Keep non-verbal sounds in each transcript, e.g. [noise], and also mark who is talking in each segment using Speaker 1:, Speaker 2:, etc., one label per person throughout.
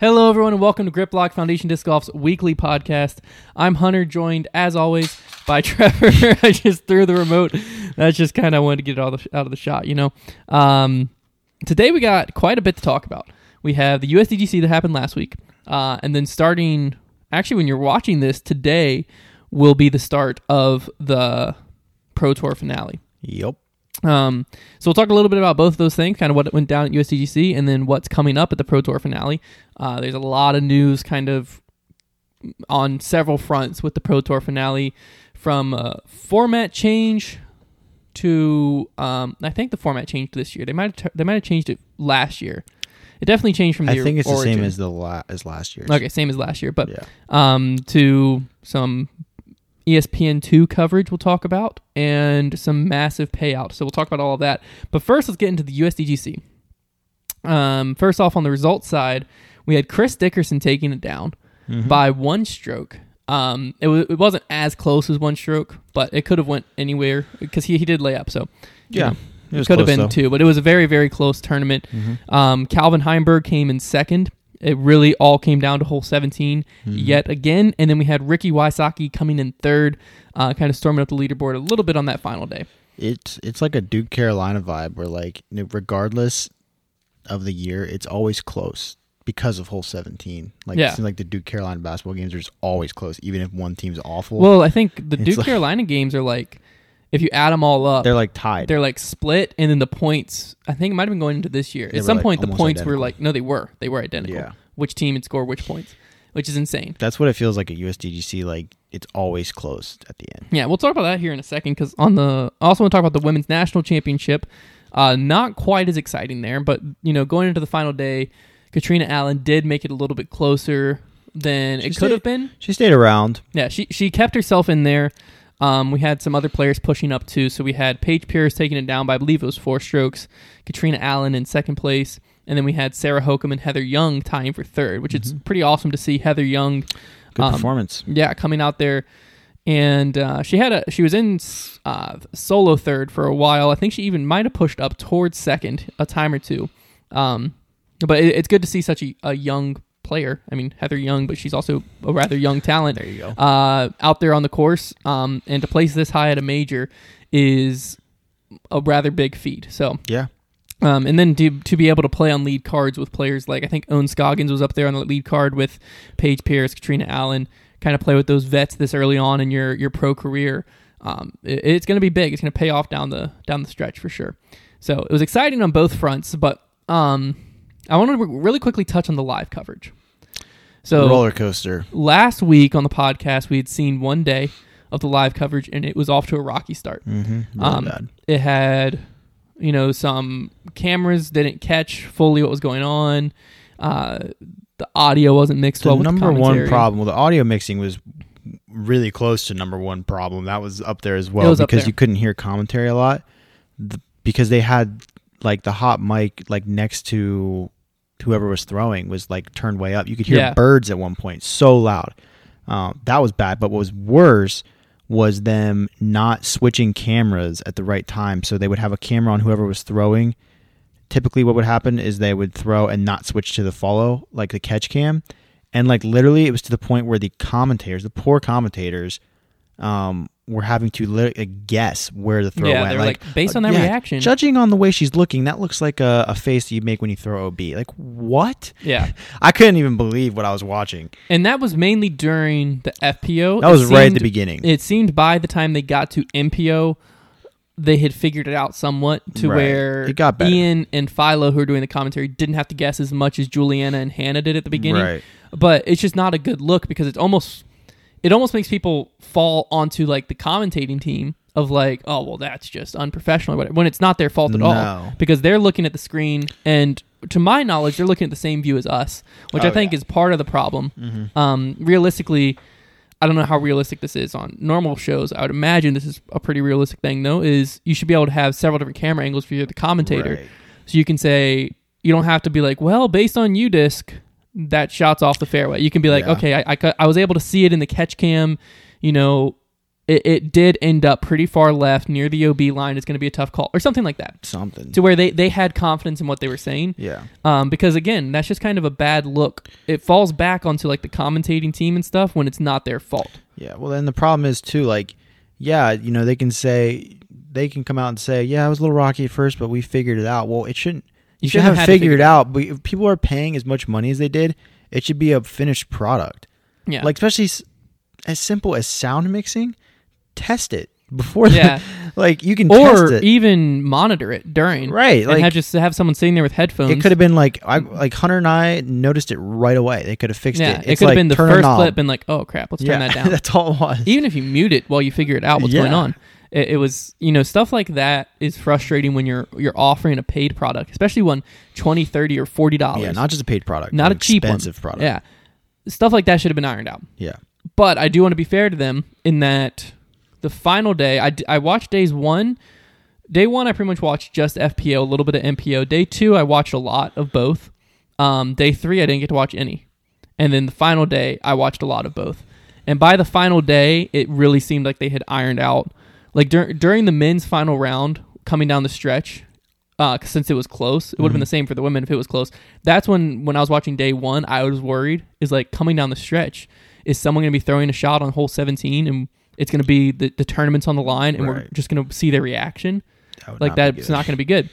Speaker 1: Hello, everyone, and welcome to Griplock Foundation Disc Golf's weekly podcast. I'm Hunter, joined as always by [laughs] Trevor. I just threw the remote. That's just kind of wanted to get it all the, out of the shot, you know. Um, today we got quite a bit to talk about. We have the USDGC that happened last week, uh, and then starting actually when you're watching this today will be the start of the Pro Tour finale.
Speaker 2: Yep.
Speaker 1: Um, so we'll talk a little bit about both of those things, kind of what went down at USDGC, and then what's coming up at the Pro Tour finale. Uh, there's a lot of news, kind of on several fronts with the Pro Tour finale, from uh, format change to um, I think the format changed this year. They might have they might have changed it last year. It definitely changed from the
Speaker 2: I think it's the
Speaker 1: origin.
Speaker 2: same as the la- as last year's.
Speaker 1: okay, same as last year, but
Speaker 2: Yeah.
Speaker 1: um, to some E ESPN2 coverage we'll talk about and some massive payouts. So we'll talk about all of that. But first, let's get into the USDGC. Um, first off, on the results side, we had Chris Dickerson taking it down
Speaker 2: Mm-hmm.
Speaker 1: by one stroke. Um, it, w- it wasn't as close as one stroke, but it could have went anywhere because he, he did lay up. So you
Speaker 2: Yeah.
Speaker 1: know,
Speaker 2: It was
Speaker 1: could have
Speaker 2: close,
Speaker 1: been
Speaker 2: though. Mm-hmm.
Speaker 1: two, but it was a very very close tournament. Um, Calvin Heimberg came in second. It really all came down to hole 17
Speaker 2: Mm-hmm.
Speaker 1: yet again, and then we had Ricky Wysocki coming in third, uh, kind of storming up the leaderboard a little bit on that final day.
Speaker 2: It's it's like a Duke Carolina vibe where like you know, regardless of the year, it's always close because of hole seventeen. Like
Speaker 1: Yeah.
Speaker 2: it seems like the Duke Carolina basketball games are just always close, even if one team's awful.
Speaker 1: Well, I think the
Speaker 2: It's
Speaker 1: Duke
Speaker 2: like-
Speaker 1: Carolina games are like, if you add them all up,
Speaker 2: they're like tied.
Speaker 1: they're like split, and then the points. I think it might have been going into this year.
Speaker 2: They
Speaker 1: At
Speaker 2: were,
Speaker 1: some
Speaker 2: like,
Speaker 1: point, the
Speaker 2: almost
Speaker 1: points were
Speaker 2: identical.
Speaker 1: like no, they were they were identical.
Speaker 2: Yeah.
Speaker 1: Which team had scored which points, which is insane.
Speaker 2: That's what it feels like at USDGC. Like it's always close at the end.
Speaker 1: Yeah, we'll talk about that here in a second because on the I also want to talk about the women's national championship. Uh, not quite as exciting there, but you know, going into the final day, Katrina Allen did make it a little bit closer than
Speaker 2: She
Speaker 1: it could
Speaker 2: stayed-
Speaker 1: have been.
Speaker 2: She stayed around.
Speaker 1: Yeah, she she kept herself in there. Um, we had some other players pushing up too. So we had Paige Pierce taking it down by I believe it was four strokes. Katrina Allen in second place, and then we had Sarah Hokum and Heather Young tying for third, which is pretty awesome to see Heather Young.
Speaker 2: Good
Speaker 1: um,
Speaker 2: performance.
Speaker 1: Yeah, coming out there, and uh, she had a she was in uh, solo third for a while. I think she even might have pushed up towards second a time or two. Um, but it, it's good to see such a, a young player. I mean, Heather Young, but she's also a rather young talent
Speaker 2: There you go.
Speaker 1: uh, out there on the course, um, and to place this high at a major is a rather big feat. So,
Speaker 2: yeah.
Speaker 1: um, and then to to be able to play on lead cards with players like I think Owen Scoggins was up there on the lead card with Paige Pierce, Katrina Allen, kind of play with those vets this early on in your your pro career. Um, it- it's going to be big. It's going to pay off down the down the stretch for sure. So it was exciting on both fronts, but um, I want to really quickly touch on the live coverage. So
Speaker 2: Roller coaster.
Speaker 1: last week on the podcast we had seen one day of the live coverage and it was off to a rocky start
Speaker 2: Mm-hmm.
Speaker 1: Um, it had you know some cameras didn't catch fully what was going on uh the audio wasn't mixed
Speaker 2: the
Speaker 1: well with
Speaker 2: number
Speaker 1: the
Speaker 2: one
Speaker 1: commentary.
Speaker 2: problem. Well, the audio mixing was really close to number one problem. That was up there as
Speaker 1: It
Speaker 2: well
Speaker 1: was up
Speaker 2: because
Speaker 1: there.
Speaker 2: you couldn't hear commentary a lot th- because they had like the hot mic like next to whoever was throwing was like turned way up. You could hear
Speaker 1: Yeah.
Speaker 2: birds at one point so loud. Um, that was bad. But what was worse was them not switching cameras at the right time. So they would have a camera on whoever was throwing. Typically, what would happen is they would throw and not switch to the follow, like the catch cam. And like literally, it was to the point where the commentators, the poor commentators, um, were having to lit- uh, guess where the throw
Speaker 1: yeah
Speaker 2: went.
Speaker 1: they were like, based
Speaker 2: uh,
Speaker 1: on that
Speaker 2: yeah,
Speaker 1: reaction
Speaker 2: Judging on the way she's looking, that looks like a, a face that you make when you throw OB. Like, what?
Speaker 1: yeah
Speaker 2: I couldn't even believe what I was watching.
Speaker 1: and that was mainly during the fpo
Speaker 2: That
Speaker 1: It
Speaker 2: was right at the
Speaker 1: seemed-
Speaker 2: beginning.
Speaker 1: it seemed by the time they got to MPO, they had figured it out somewhat to
Speaker 2: Right.
Speaker 1: where
Speaker 2: It got better.
Speaker 1: Ian and Philo, who are doing the commentary, didn't have to guess as much as Juliana and Hannah did at the beginning.
Speaker 2: Right.
Speaker 1: But it's just not a good look because it's almost it almost makes people fall onto like the commentating team of like, oh well, that's just unprofessional. or whatever, When it's not their fault at all
Speaker 2: No.
Speaker 1: because they're looking at the screen and. To my knowledge, they're looking at the same view as us, which
Speaker 2: Oh,
Speaker 1: I think
Speaker 2: yeah. Mm-hmm.
Speaker 1: is part of the problem. Um, realistically, I don't know how realistic this is on normal shows. I would imagine this is a pretty realistic thing, though. Is you should be able to have several different camera angles for you, the commentator,
Speaker 2: Right.
Speaker 1: so you can say you don't have to be like, well, based on U disc, that shot's off the fairway. You can be like,
Speaker 2: Yeah.
Speaker 1: okay, I, I, cu- I was able to see it in the catch cam, you know, it, it did end up pretty far left near the OB line. It's going to be a tough call or something like that.
Speaker 2: Something.
Speaker 1: To where they, they had confidence in what they were saying.
Speaker 2: yeah.
Speaker 1: Um, because again, that's just kind of a bad look. It falls back onto like the commentating team and stuff when it's not their fault.
Speaker 2: Yeah. Well, then the problem is too, like, yeah, you know, they can say they can come out and say, yeah, it was a little rocky at first, but we figured it out. Well, it shouldn't.
Speaker 1: You
Speaker 2: You
Speaker 1: shouldn't
Speaker 2: shouldn't
Speaker 1: have
Speaker 2: have
Speaker 1: had to
Speaker 2: figured
Speaker 1: figure
Speaker 2: it out. But if people are paying as much money as they did, it should be a finished product.
Speaker 1: Yeah.
Speaker 2: Like especially s- as simple as sound mixing, test it before. the-
Speaker 1: Yeah.
Speaker 2: [laughs] like you can test
Speaker 1: or
Speaker 2: it.
Speaker 1: even monitor it during.
Speaker 2: right.
Speaker 1: And
Speaker 2: Like
Speaker 1: have just have someone sitting there with headphones.
Speaker 2: it could have been like I like Hunter and I noticed it right away. They could have fixed
Speaker 1: yeah,
Speaker 2: it.
Speaker 1: it
Speaker 2: It's
Speaker 1: could have
Speaker 2: like,
Speaker 1: been the
Speaker 2: turn a
Speaker 1: first
Speaker 2: knob.
Speaker 1: clip and like, oh crap, let's
Speaker 2: yeah,
Speaker 1: turn
Speaker 2: [laughs]
Speaker 1: that down.
Speaker 2: that's all it was.
Speaker 1: even if you mute it while you figure it out what's
Speaker 2: Yeah.
Speaker 1: going on it, it was you know stuff like that is frustrating when you're you're offering a paid product especially one 20 30 or 40 dollars
Speaker 2: yeah, not just a paid product.
Speaker 1: not
Speaker 2: an
Speaker 1: a cheap
Speaker 2: expensive
Speaker 1: one.
Speaker 2: product.
Speaker 1: yeah stuff like that should have been ironed out
Speaker 2: Yeah.
Speaker 1: but i do want to be fair to them in that the final day i, d- I watched days one day one i pretty much watched just fpo a little bit of mpo day two i watched a lot of both um, day three i didn't get to watch any and then the final day i watched a lot of both and by the final day it really seemed like they had ironed out like dur- during the men's final round coming down the stretch uh, 'cause since it was close, it would have been the same for the women if it was close. That's when, when I was watching day one, I was worried is like coming down the stretch, is someone going to be throwing a shot on hole 17 and it's going to be the, the tournament's on the line and we're
Speaker 2: Right.
Speaker 1: just going to see their reaction?
Speaker 2: That would
Speaker 1: like
Speaker 2: not be
Speaker 1: that's
Speaker 2: good.
Speaker 1: not going to be good.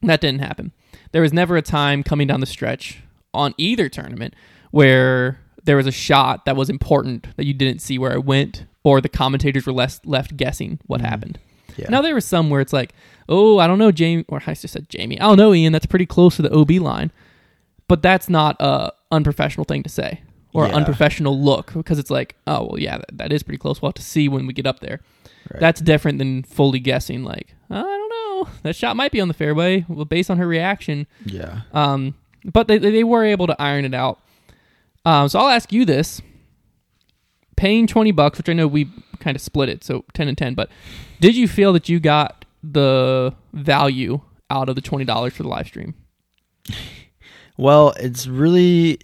Speaker 1: And that didn't happen. There was never a time coming down the stretch on either tournament where there was a shot that was important that you didn't see where it went, or the commentators were less left guessing what
Speaker 2: Mm-hmm.
Speaker 1: happened.
Speaker 2: Yeah.
Speaker 1: Now there was some where it's like, oh, I don't know, Jamie, or I just said Jamie. I don't know, Ian. That's pretty close to the OB line, but that's not a unprofessional thing to say or
Speaker 2: Yeah.
Speaker 1: unprofessional look because it's like, oh, well, yeah, that, that is pretty close. We'll have to see when we get up there.
Speaker 2: Right.
Speaker 1: That's different than fully guessing. Like, I don't know, that shot might be on the fairway. Well, based on her reaction,
Speaker 2: yeah.
Speaker 1: um, but they, they were able to iron it out. Um, so I'll ask you this: paying twenty bucks, which I know we kind of split it, so ten and ten. But did you feel that you got the value out of the twenty dollars for the live stream?
Speaker 2: Well, it's really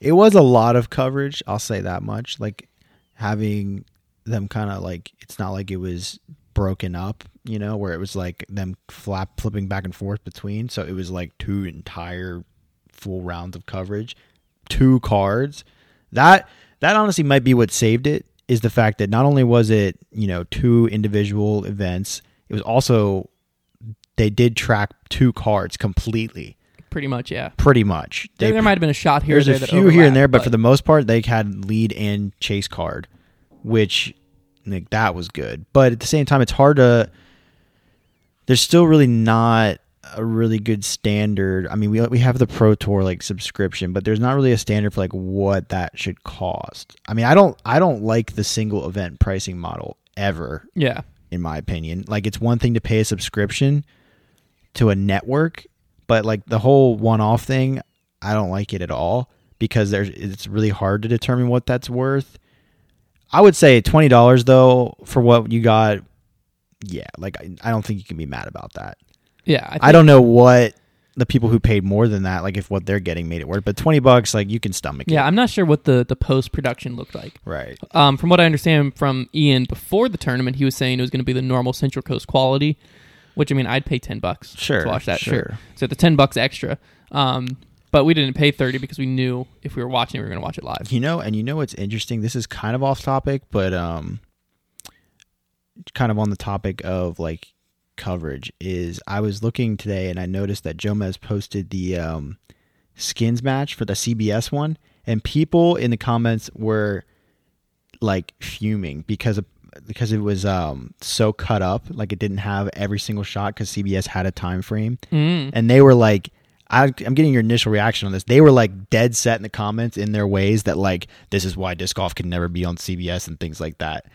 Speaker 2: it was a lot of coverage, I'll say that much. Like having them kind of like it's not like it was broken up, you know, where it was like them flap flipping back and forth between, so it was like two entire full rounds of coverage, two cards. That that honestly might be what saved it is the fact that not only was it, you know, two individual events, it was also they did track two cards completely
Speaker 1: Pretty much, yeah.
Speaker 2: pretty much. They,
Speaker 1: There, there might have been a shot here. or
Speaker 2: there's
Speaker 1: there
Speaker 2: a
Speaker 1: that
Speaker 2: few here
Speaker 1: overlapped,
Speaker 2: and there, but, for the most part, they had lead and chase card, which like that was good. But at the same time, it's hard to. There's still really not a really good standard. I mean, we we have the Pro Tour like subscription, but there's not really a standard for like what that should cost. I mean, I don't I don't like the single event pricing model ever
Speaker 1: yeah,
Speaker 2: in my opinion. Like it's one thing to pay a subscription to a network, but like the whole one-off thing, I don't like it at all because there's it's really hard to determine what that's worth. I would say twenty dollars though for what you got. Yeah, like I, I don't think you can be mad about that.
Speaker 1: yeah. I, think,
Speaker 2: I don't know what the people who paid more than that, like if what they're getting made it worth, but twenty bucks, like you can stomach
Speaker 1: yeah.
Speaker 2: it.
Speaker 1: I'm not sure what the the post production looked like.
Speaker 2: Right.
Speaker 1: Um, from what I understand from Ian before the tournament, he was saying it was going to be the normal Central Coast quality, which I mean, I'd pay ten bucks
Speaker 2: Sure,
Speaker 1: to watch that. Sure.
Speaker 2: sure.
Speaker 1: So the ten bucks extra. Um, but we didn't pay thirty because we knew if we were watching, it, we were going to watch it live.
Speaker 2: You know, and you know what's interesting? This is kind of off topic, but um kind of on the topic of like coverage is I was looking today and I noticed that Jomez posted the um skins match for the CBS one and people in the comments were like fuming because of because it was um so cut up like it didn't have every single shot because CBS had a time frame
Speaker 1: Mm.
Speaker 2: and they were like I, i'm getting your initial reaction on this they were like dead set in the comments in their ways that like this is why disc golf can never be on cbs and things like that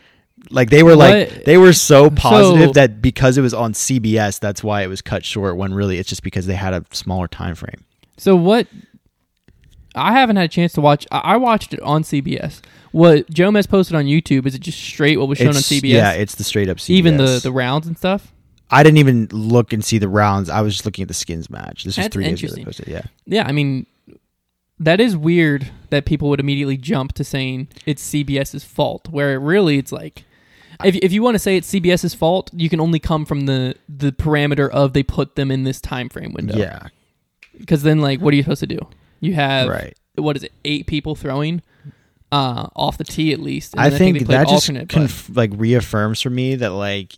Speaker 2: like they were
Speaker 1: What?
Speaker 2: like they were so positive
Speaker 1: So-
Speaker 2: that because it was on cbs that's why it was cut short when really it's just because they had a smaller time frame
Speaker 1: So what? I haven't had a chance to watch. I, I watched it on CBS. What Jomez posted on YouTube is it just straight what was shown
Speaker 2: It's-
Speaker 1: on CBS?
Speaker 2: yeah it's the straight up cbs
Speaker 1: even the the rounds and stuff.
Speaker 2: i didn't even look and see the rounds i was just looking at the skins match this was
Speaker 1: That's
Speaker 2: three days ago
Speaker 1: interesting.
Speaker 2: they posted yeah
Speaker 1: Yeah, I mean, that is weird that people would immediately jump to saying it's CBS's fault, where really it's like if, if you want to say it's CBS's fault, you can only come from the the parameter of they put them in this time frame window.
Speaker 2: yeah,
Speaker 1: Because then, like, what are you supposed to do? You have
Speaker 2: right.
Speaker 1: what is it? Eight people throwing uh, off the tee at least. And
Speaker 2: I
Speaker 1: then
Speaker 2: think,
Speaker 1: they played
Speaker 2: that just
Speaker 1: alternate, but-
Speaker 2: conf- like reaffirms for me that like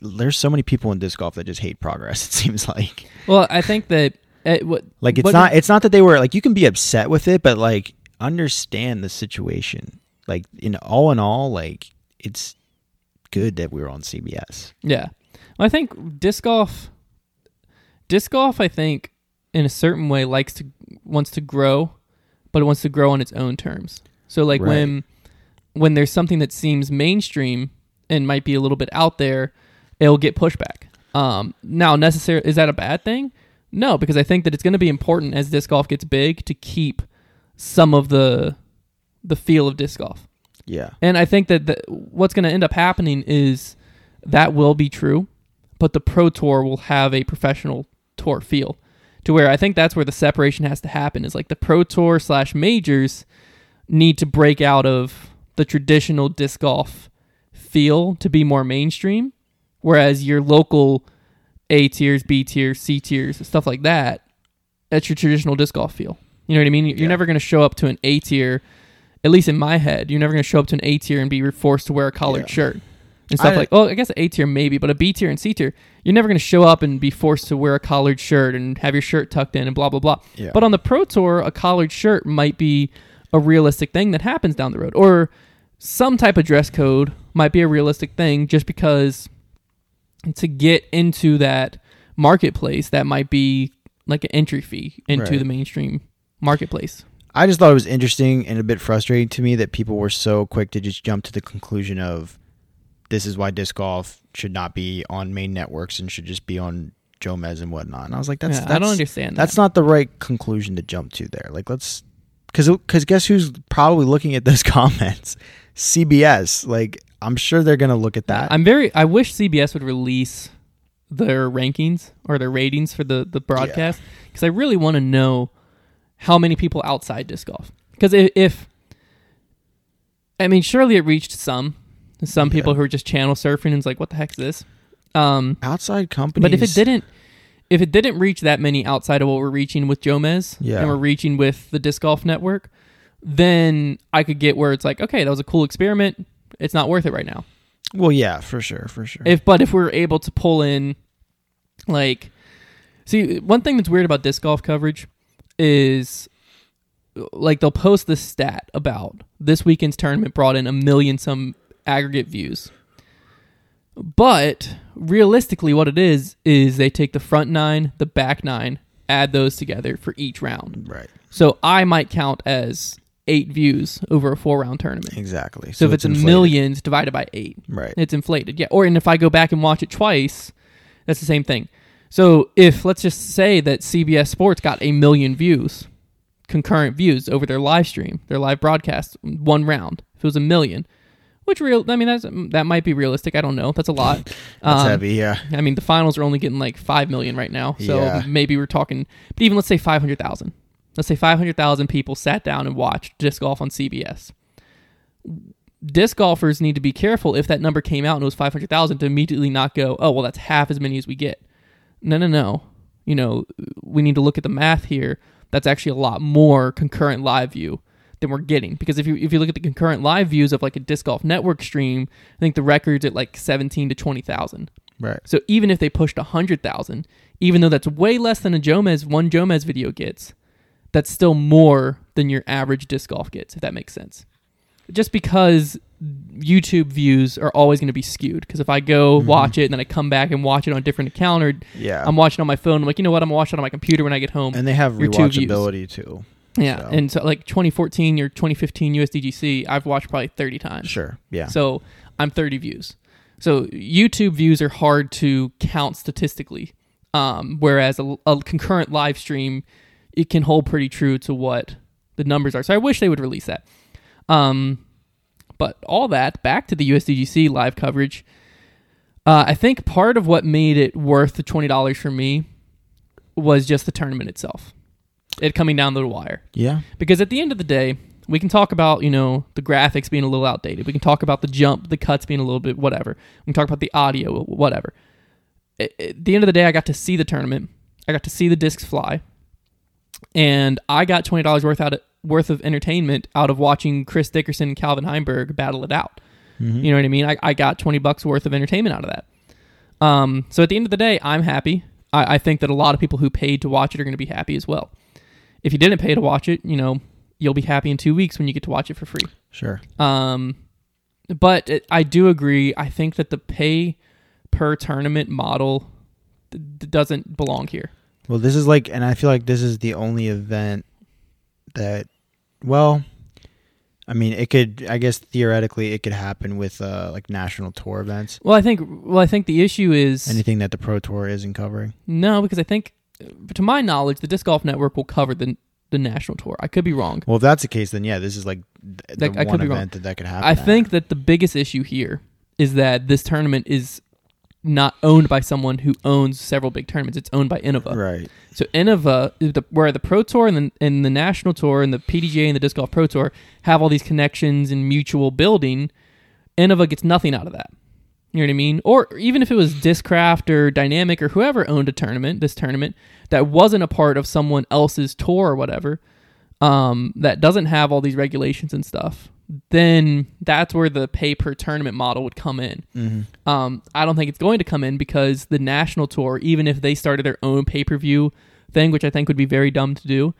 Speaker 2: there's so many people in disc golf that just hate progress. [laughs] It seems like
Speaker 1: well, I think that uh what
Speaker 2: like it's
Speaker 1: But-
Speaker 2: not it's not that they were like you can be upset with it, but like understand the situation. Like in all in all, like it's good that we were on CBS.
Speaker 1: Yeah. Well, I think disc golf disc golf I think in a certain way likes to wants to grow, but it wants to grow on its own terms. So like
Speaker 2: Right.
Speaker 1: when when there's something that seems mainstream and might be a little bit out there, it'll get pushback. Um now necessary is that a bad thing? No, because I think that it's going to be important as disc golf gets big to keep some of the the feel of disc golf.
Speaker 2: Yeah.
Speaker 1: And I think that the, what's going to end up happening is that will be true, but the pro tour will have a professional tour feel to where I think that's where the separation has to happen is like the pro tour slash majors need to break out of the traditional disc golf feel to be more mainstream, whereas your local A tiers, B tiers, C tiers, stuff like that, that's your traditional disc golf feel. You know what I mean? You're
Speaker 2: Yeah.
Speaker 1: never going to show up to an A tier at least in my head, you're never going to show up to an A tier and be forced to wear a collared
Speaker 2: Yeah.
Speaker 1: shirt and stuff
Speaker 2: I-
Speaker 1: like. Oh, I guess A tier maybe, but a B tier and C tier, you're never going to show up and be forced to wear a collared shirt and have your shirt tucked in and blah blah blah.
Speaker 2: Yeah.
Speaker 1: But on the pro tour, a collared shirt might be a realistic thing that happens down the road, or some type of dress code might be a realistic thing, just because to get into that marketplace, that might be like an entry fee into
Speaker 2: Right.
Speaker 1: the mainstream marketplace.
Speaker 2: I just thought it was interesting and a bit frustrating to me that people were so quick to just jump to the conclusion of this is why disc golf should not be on main networks and should just be on Jomez and whatnot. And I was like, that's,
Speaker 1: Yeah,
Speaker 2: that's
Speaker 1: I don't understand. that.
Speaker 2: That's not the right conclusion to jump to there. Like, let's because because guess who's probably looking at those [laughs] comments? CBS. Like, I'm sure they're gonna look at that.
Speaker 1: I'm very. I wish CBS would release their rankings or their ratings for the the broadcast because I really want to know how many people outside disc golf. Because if, if I mean, surely it reached some some people who are just channel surfing and it's like, what the heck is this? Um,
Speaker 2: Outside companies,
Speaker 1: but if it didn't, if it didn't reach that many outside of what we're reaching with Jomez
Speaker 2: Yeah.
Speaker 1: and we're reaching with the disc golf network, then I could get where it's like, okay, that was a cool experiment. It's not worth it right now
Speaker 2: well, yeah, for sure, for sure.
Speaker 1: if but if we were able to pull in like see one thing that's weird about disc golf coverage is like they'll post this stat about this weekend's tournament brought in a million some aggregate views but realistically what it is is they take the front nine the back nine add those together for each round
Speaker 2: right,
Speaker 1: so i might count as eight views over a four round tournament
Speaker 2: exactly.
Speaker 1: so, if it's, a
Speaker 2: inflated.
Speaker 1: million it's divided by eight
Speaker 2: right?
Speaker 1: it's inflated. Yeah. Or and if I go back and watch it twice, that's the same thing. So if let's just say that CBS Sports got a million views, concurrent views over their live stream, their live broadcast, one round. If it was a million, which real I mean that's that might be realistic. I don't know. That's a lot.
Speaker 2: [laughs] That's
Speaker 1: Um,
Speaker 2: heavy. Yeah,
Speaker 1: I mean the finals are only getting like five million right now, so
Speaker 2: Yeah.
Speaker 1: maybe we're talking. But even let's say five hundred thousand. Let's say five hundred thousand people sat down and watched disc golf on CBS disc golfers need to be careful if that number came out and it was 500,000 to immediately not go, oh, well, that's half as many as we get. No, no, no. You know, we need to look at the math here. That's actually a lot more concurrent live view than we're getting because if you if you look at the concurrent live views of like a disc golf network stream, I think the record's at like 17 to 20,000.
Speaker 2: right.
Speaker 1: So even if they pushed 100,000, even though that's way less than a Jomez, one Jomez video gets, that's still more than your average disc golf gets, if that makes sense. Just because YouTube views are always going to be skewed. Because if I go watch it and then I come back and watch it on a different account, or
Speaker 2: Mm-hmm. Yeah,
Speaker 1: I'm watching on my phone, I'm like, you know what? I'm watching it on my computer when I get home.
Speaker 2: and they have
Speaker 1: Um, your two views.
Speaker 2: rewatchability too.
Speaker 1: yeah.
Speaker 2: so-
Speaker 1: And so, like 2014 or 2015 USDGC, I've watched probably 30 times.
Speaker 2: Sure. Yeah.
Speaker 1: So I'm 30 views. So YouTube views are hard to count statistically, um, whereas a, a concurrent live stream it can hold pretty true to what the numbers are. So I wish they would release that. Um, but all that back to the USDGC live coverage. Uh, I think part of what made it worth the twenty dollars for me was just the tournament itself, it coming down the wire.
Speaker 2: yeah.
Speaker 1: Because at the end of the day, we can talk about you know the graphics being a little outdated. We can talk about the jump, the cuts being a little bit whatever. We can talk about the audio, whatever. At at the end of the day, I got to see the tournament. I got to see the discs fly, and I got twenty dollars worth out of, worth of entertainment out of watching Chris Dickerson and Calvin Heinberg battle it out.
Speaker 2: Mm-hmm.
Speaker 1: You know what I mean? I, I got twenty bucks worth of entertainment out of that. Um, so at the end of the day, I'm happy. I, I think that a lot of people who paid to watch it are going to be happy as well. If you didn't pay to watch it, you know, you'll be happy in two weeks when you get to watch it for free.
Speaker 2: Sure.
Speaker 1: Um, but it, I do agree. I think that the pay per tournament model d- d- doesn't belong here.
Speaker 2: Well, this is like, and I feel like this is the only event that, well, I mean, it could, I guess theoretically, it could happen with uh, like national tour events.
Speaker 1: Well, I think. Well, I think the issue is
Speaker 2: Anything that the pro tour isn't covering.
Speaker 1: no, because I think, to my knowledge, the disc golf network will cover the the national tour. I could be wrong.
Speaker 2: Well, if that's the case, then yeah, this is like th- the
Speaker 1: Like, I could
Speaker 2: one
Speaker 1: be wrong.
Speaker 2: event that that could happen.
Speaker 1: I
Speaker 2: at.
Speaker 1: think that the biggest issue here is that this tournament is not owned by someone who owns several big tournaments. It's owned by Innova.
Speaker 2: Right.
Speaker 1: So Innova, the, where the Pro Tour and the, and the National Tour and the PDGA and the Disc Golf Pro Tour have all these connections and mutual building, Innova gets nothing out of that. You know what I mean? Or even if it was Discraft or Dynamic or whoever owned a tournament, this tournament that wasn't a part of someone else's tour or whatever, um, that doesn't have all these regulations and stuff, then that's where the pay per tournament model would come in.
Speaker 2: Mm-hmm.
Speaker 1: Um, I don't think it's going to come in because the national tour, even if they started their own pay per view thing, which I think would be very dumb to do,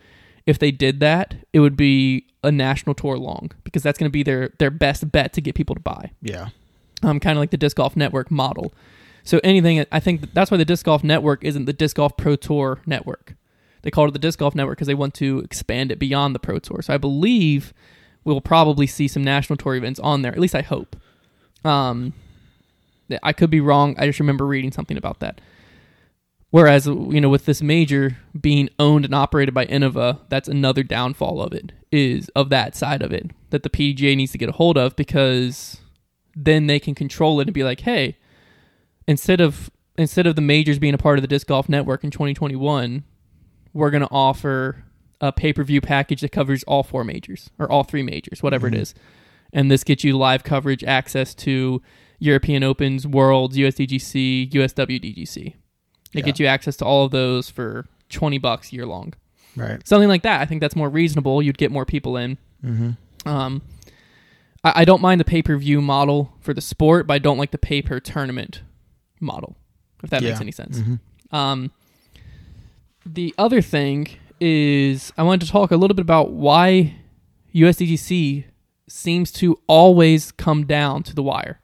Speaker 1: if they did that, it would be a national tour long because that's going to be their their best bet to get people to buy.
Speaker 2: Yeah.
Speaker 1: Um, kind of like the disc golf network model. So anything, I think that's why the disc golf network isn't the disc golf pro tour network. They called it the disc golf network because they want to expand it beyond the pro tour. So I believe we'll probably see some national tour events on there. At least I hope. Um, th- I could be wrong. I just remember reading something about that. Whereas you know, with this major being owned and operated by Innova, that's another downfall of it is of that side of it that the PGA needs to get a hold of because then they can control it and be like, hey, instead of instead of the majors being a part of the disc golf network in 2021, we're going to offer a pay-per-view package that covers all four majors or all three majors, whatever it is. And this gets you live coverage, access to European Opens, Worlds, USDGC, USWDGC. They
Speaker 2: Yeah.
Speaker 1: get you access to all of those for 20 bucks year long.
Speaker 2: Right.
Speaker 1: Something like that. I think that's more reasonable. You'd get more people in.
Speaker 2: Mm-hmm.
Speaker 1: Um, I, I don't mind the pay per view model for the sport, but I don't like the pay per tournament model, if that makes
Speaker 2: Yeah. Mm.
Speaker 1: any sense. Um, the other thing is I wanted to talk a little bit about why USDGC seems to always come down to the wire.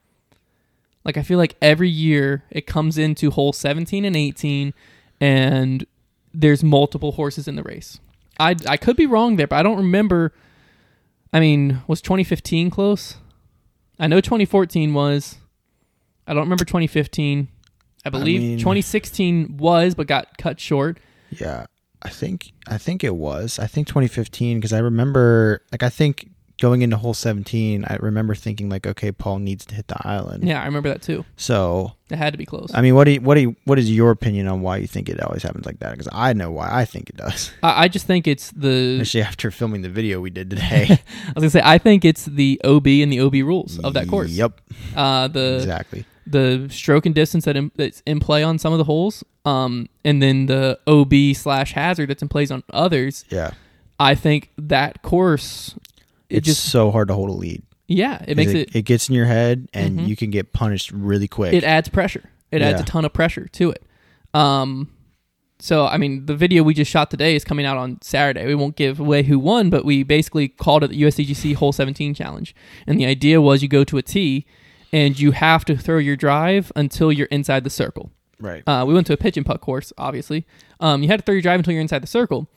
Speaker 1: Like I feel like every year it comes into hole 17 and 18 and there's multiple horses in the race. I, I could be wrong there, but I don't remember I mean, was 2015 close? I know 2014 was. I don't remember 2015. I believe
Speaker 2: mean-
Speaker 1: 2016 was, but got cut short.
Speaker 2: Yeah, I think I think it was. I think 2015 because I remember like I think going into hole 17, I remember thinking like, okay, Paul needs to hit the island.
Speaker 1: Yeah, I remember that too.
Speaker 2: So
Speaker 1: It had to be close.
Speaker 2: I mean, what do you, what do you, what is your opinion on why you think it always happens like that? Because I know why I think it does.
Speaker 1: I, I just think it's the.
Speaker 2: Especially after filming the video we
Speaker 1: [laughs]
Speaker 2: did today
Speaker 1: I was gonna say I think it's the OB and the OB rules of that course.
Speaker 2: Yep,
Speaker 1: Uh, the
Speaker 2: exactly.
Speaker 1: the stroke and distance that in, that's in play on some of the holes, um, and then the OB slash hazard that's in plays on others.
Speaker 2: Yeah,
Speaker 1: I think that course. It
Speaker 2: it's
Speaker 1: just
Speaker 2: so hard to hold a lead.
Speaker 1: yeah, it makes it
Speaker 2: it gets in your head and
Speaker 1: Mhm.
Speaker 2: you can get punished really quick.
Speaker 1: it adds pressure. It adds
Speaker 2: Yeah.
Speaker 1: a ton of pressure to it. Um, so I mean, the video we just shot today is coming out on Saturday. We won't give away who won, but we basically called it the USDGC Hole 17 Challenge, and the idea was you go to a tee, and you have to throw your drive until you're inside the circle.
Speaker 2: right.
Speaker 1: Uh, we went to a pitch and putt course, obviously. Um, you had to throw your drive until you're inside the circle.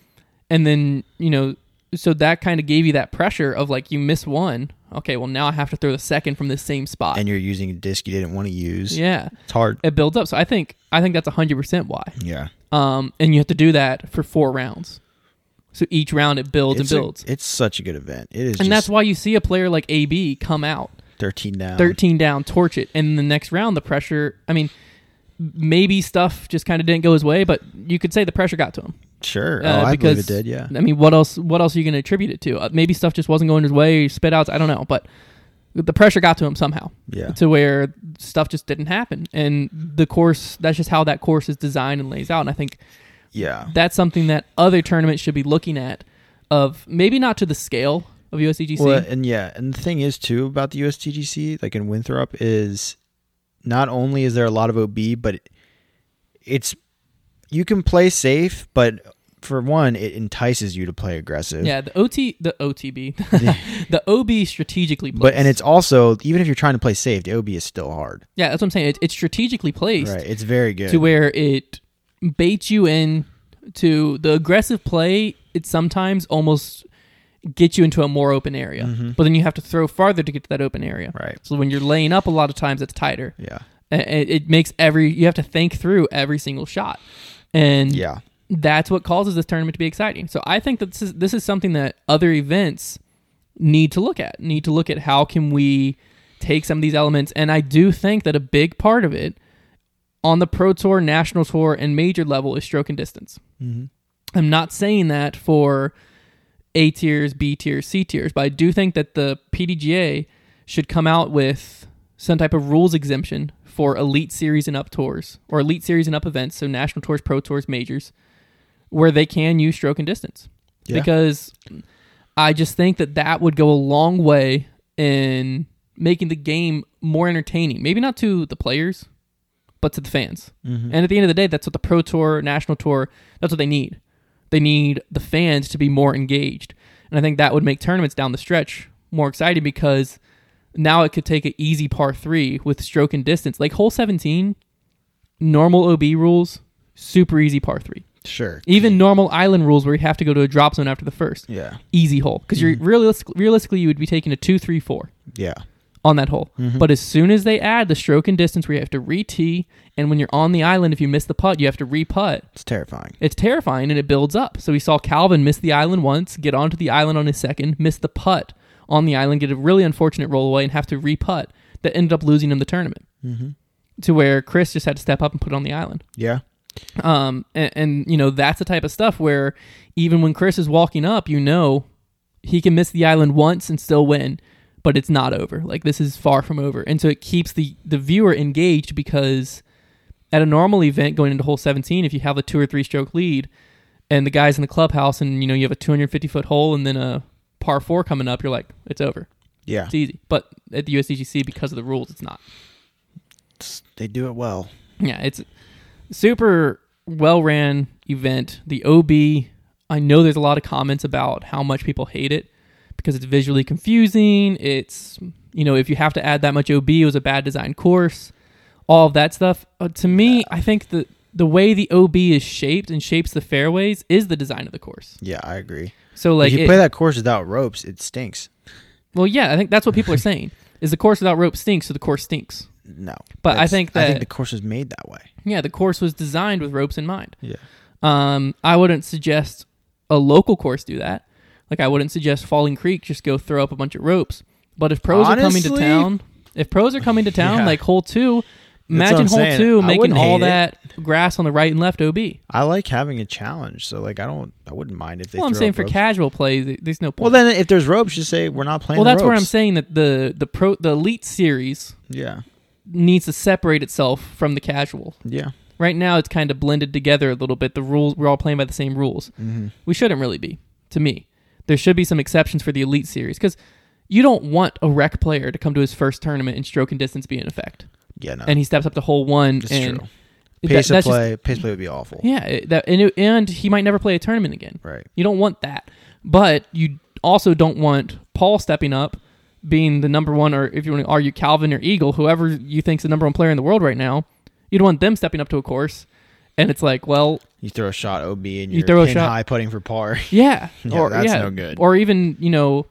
Speaker 1: And then, you know, so that kind of gave you that pressure of like, you miss one. Okay, well, now I have to throw the second from this same spot.
Speaker 2: and you're using a disc you didn't want to use.
Speaker 1: yeah
Speaker 2: It's hard.
Speaker 1: it builds up. So I think I think that's hundred percent why.
Speaker 2: Yeah.
Speaker 1: Um, and you have to do that for four rounds. So each round it builds
Speaker 2: It's a-
Speaker 1: and builds,
Speaker 2: it's such a good event. It is
Speaker 1: and
Speaker 2: just
Speaker 1: that's why you see a player like AB come out
Speaker 2: 13 down.
Speaker 1: thirteen down, torch it, and the next round the pressure. I mean, maybe stuff just kind of didn't go his way, but you could say the pressure got to him.
Speaker 2: Sure.
Speaker 1: Uh,
Speaker 2: oh, I
Speaker 1: because
Speaker 2: believe it did. Yeah.
Speaker 1: I mean, what else? What else are you going to attribute it to? Uh, maybe stuff just wasn't going his way. He spit outs. I don't know, but the pressure got to him somehow
Speaker 2: Yeah.
Speaker 1: to where stuff just didn't happen. And the course, that's just how that course is designed and lays out. And I think
Speaker 2: Yeah.
Speaker 1: that's something that other tournaments should be looking at. Of maybe not to the scale of USDGC.
Speaker 2: Well, and yeah, and the thing is too about the USTGC, like in Winthrop, is not only is there a lot of OB, but it's you can play safe, but for one, it entices you to play aggressive.
Speaker 1: Yeah, the OT, the OTB, [laughs] the OB strategically placed.
Speaker 2: But and it's also even if you're trying to play safe, the OB is still hard.
Speaker 1: yeah, that's what I'm saying. It, it's strategically placed
Speaker 2: Right. It's very good.
Speaker 1: to where it baits you in to the aggressive play. It sometimes almost gets you into a more open area, but then you have to throw farther to get to that open area.
Speaker 2: Mm-hmm. Right.
Speaker 1: So when you're laying up, a lot of times it's tighter.
Speaker 2: Yeah.
Speaker 1: A- a- It, makes every you have to think through every single shot, and
Speaker 2: Yeah.
Speaker 1: that's what causes this tournament to be exciting. So I think that this is this is something that other events need to look at. Need to look at how can we take some of these elements and I do think that a big part of it on the pro tour, national tour and major level is stroke and distance.
Speaker 2: Mhm.
Speaker 1: I'm not saying that for A tiers, B tiers, C tiers, but I do think that the PDGA should come out with some type of rules exemption for elite series and up tours or elite series and up events, so national tours, pro tours, majors, where they can use stroke and distance.
Speaker 2: Yeah.
Speaker 1: Because I just think that that would go a long way in making the game more entertaining. Maybe not to the players, but to the fans.
Speaker 2: Mhm.
Speaker 1: And at the end of the day, that's what the pro tour, national tour, that's what they need. They need the fans to be more engaged. And I think that would make tournaments down the stretch more exciting because now it could take an easy par three with stroke and distance. Like hole 17, normal OB rules, super easy par three.
Speaker 2: Sure.
Speaker 1: Even normal island rules where you have to go to a drop zone after the first,
Speaker 2: Yeah.
Speaker 1: easy hole. Because you're realistic, realistically, you would be taking a two, three, four
Speaker 2: Yeah.
Speaker 1: on that hole. But as soon as they add the stroke and distance where you have to re tee, and when you're on the island, if you miss the putt, you have to re putt,
Speaker 2: It's terrifying.
Speaker 1: it's terrifying and it builds up. So we saw Calvin miss the island once, get onto the island on his second, miss the putt on the island, get a really unfortunate roll away, and have to re putt that ended up losing him the tournament. To where Chris just had to step up and put it on the island.
Speaker 2: Yeah.
Speaker 1: Um, and, and you know that's the type of stuff where even when Chris is walking up, you know he can miss the island once and still win, but it's not over. Like this is far from over, and so it keeps the the viewer engaged because at a normal event going into hole 17, if you have a two or three stroke lead, and the guys in the clubhouse, and you know you have a 250 foot hole, and then a par four coming up, you're like it's over,
Speaker 2: Yeah.
Speaker 1: it's easy. But at the USDGC, because of the rules, it's not.
Speaker 2: It's- they do it well.
Speaker 1: Yeah, it's super well ran event. The OB, I know there's a lot of comments about how much people hate it because it's visually confusing. It's you know if you have to add that much OB, it was a bad design course. All of that stuff. Uh, to me, I think the the way the OB is shaped and shapes the fairways is the design of the course.
Speaker 2: Yeah, I agree.
Speaker 1: So like,
Speaker 2: if you
Speaker 1: it-
Speaker 2: play that course without ropes, it stinks.
Speaker 1: well, yeah, I think that's what people
Speaker 2: [laughs]
Speaker 1: are saying. Is the course without rope stinks, so the course stinks.
Speaker 2: No.
Speaker 1: But I
Speaker 2: That's-
Speaker 1: think
Speaker 2: I think
Speaker 1: that-
Speaker 2: the course was made that way.
Speaker 1: Yeah, the course was designed with ropes in mind.
Speaker 2: Yeah.
Speaker 1: Um, I wouldn't suggest a local course do that. Like I wouldn't suggest Falling Creek just go throw up a bunch of ropes. But if pros are coming to
Speaker 2: Honestly-
Speaker 1: town, if pros are coming to town,
Speaker 2: Yeah.
Speaker 1: like hole two,
Speaker 2: That's
Speaker 1: imagine
Speaker 2: what I'm
Speaker 1: hole
Speaker 2: saying.
Speaker 1: two
Speaker 2: I
Speaker 1: making
Speaker 2: wouldn't
Speaker 1: all
Speaker 2: hate it.
Speaker 1: that grass on the right and left OB.
Speaker 2: I like having a challenge, so like I don't, I wouldn't mind if they.
Speaker 1: well, I'm
Speaker 2: throw
Speaker 1: saying
Speaker 2: up
Speaker 1: for
Speaker 2: ropes.
Speaker 1: casual play, th- there's no
Speaker 2: Well,
Speaker 1: point.
Speaker 2: then if there's ropes, just say we're not playing.
Speaker 1: Well,
Speaker 2: the
Speaker 1: that's where I'm
Speaker 2: ropes.
Speaker 1: saying that the the pro the elite series
Speaker 2: Yeah,
Speaker 1: needs to separate itself from the casual.
Speaker 2: yeah,
Speaker 1: Right now, it's kind of blended together a little bit. The rules we're all playing by the same rules.
Speaker 2: Mhm.
Speaker 1: we shouldn't really be to me there should be some exceptions for the elite series because you don't want a rec player to come to his first tournament and stroke and distance be in effect
Speaker 2: yeah. No,
Speaker 1: and he steps up to hole one
Speaker 2: that's
Speaker 1: and
Speaker 2: true.
Speaker 1: that-
Speaker 2: Pace of
Speaker 1: that's just-
Speaker 2: play, pace of play would be awful.
Speaker 1: yeah it- that, and, it- and he might never play a tournament again
Speaker 2: Right.
Speaker 1: you don't want that but you also don't want paul stepping up being the number one or if you want to argue calvin or eagle whoever you think's the number one player in the world right now you don't want them stepping up to a course and it's like well
Speaker 2: You throw a shot OB and you're
Speaker 1: You throw a
Speaker 2: pin
Speaker 1: shot-
Speaker 2: high putting for par. [laughs]
Speaker 1: Yeah.
Speaker 2: Yeah, that's no good.
Speaker 1: Or even, you know,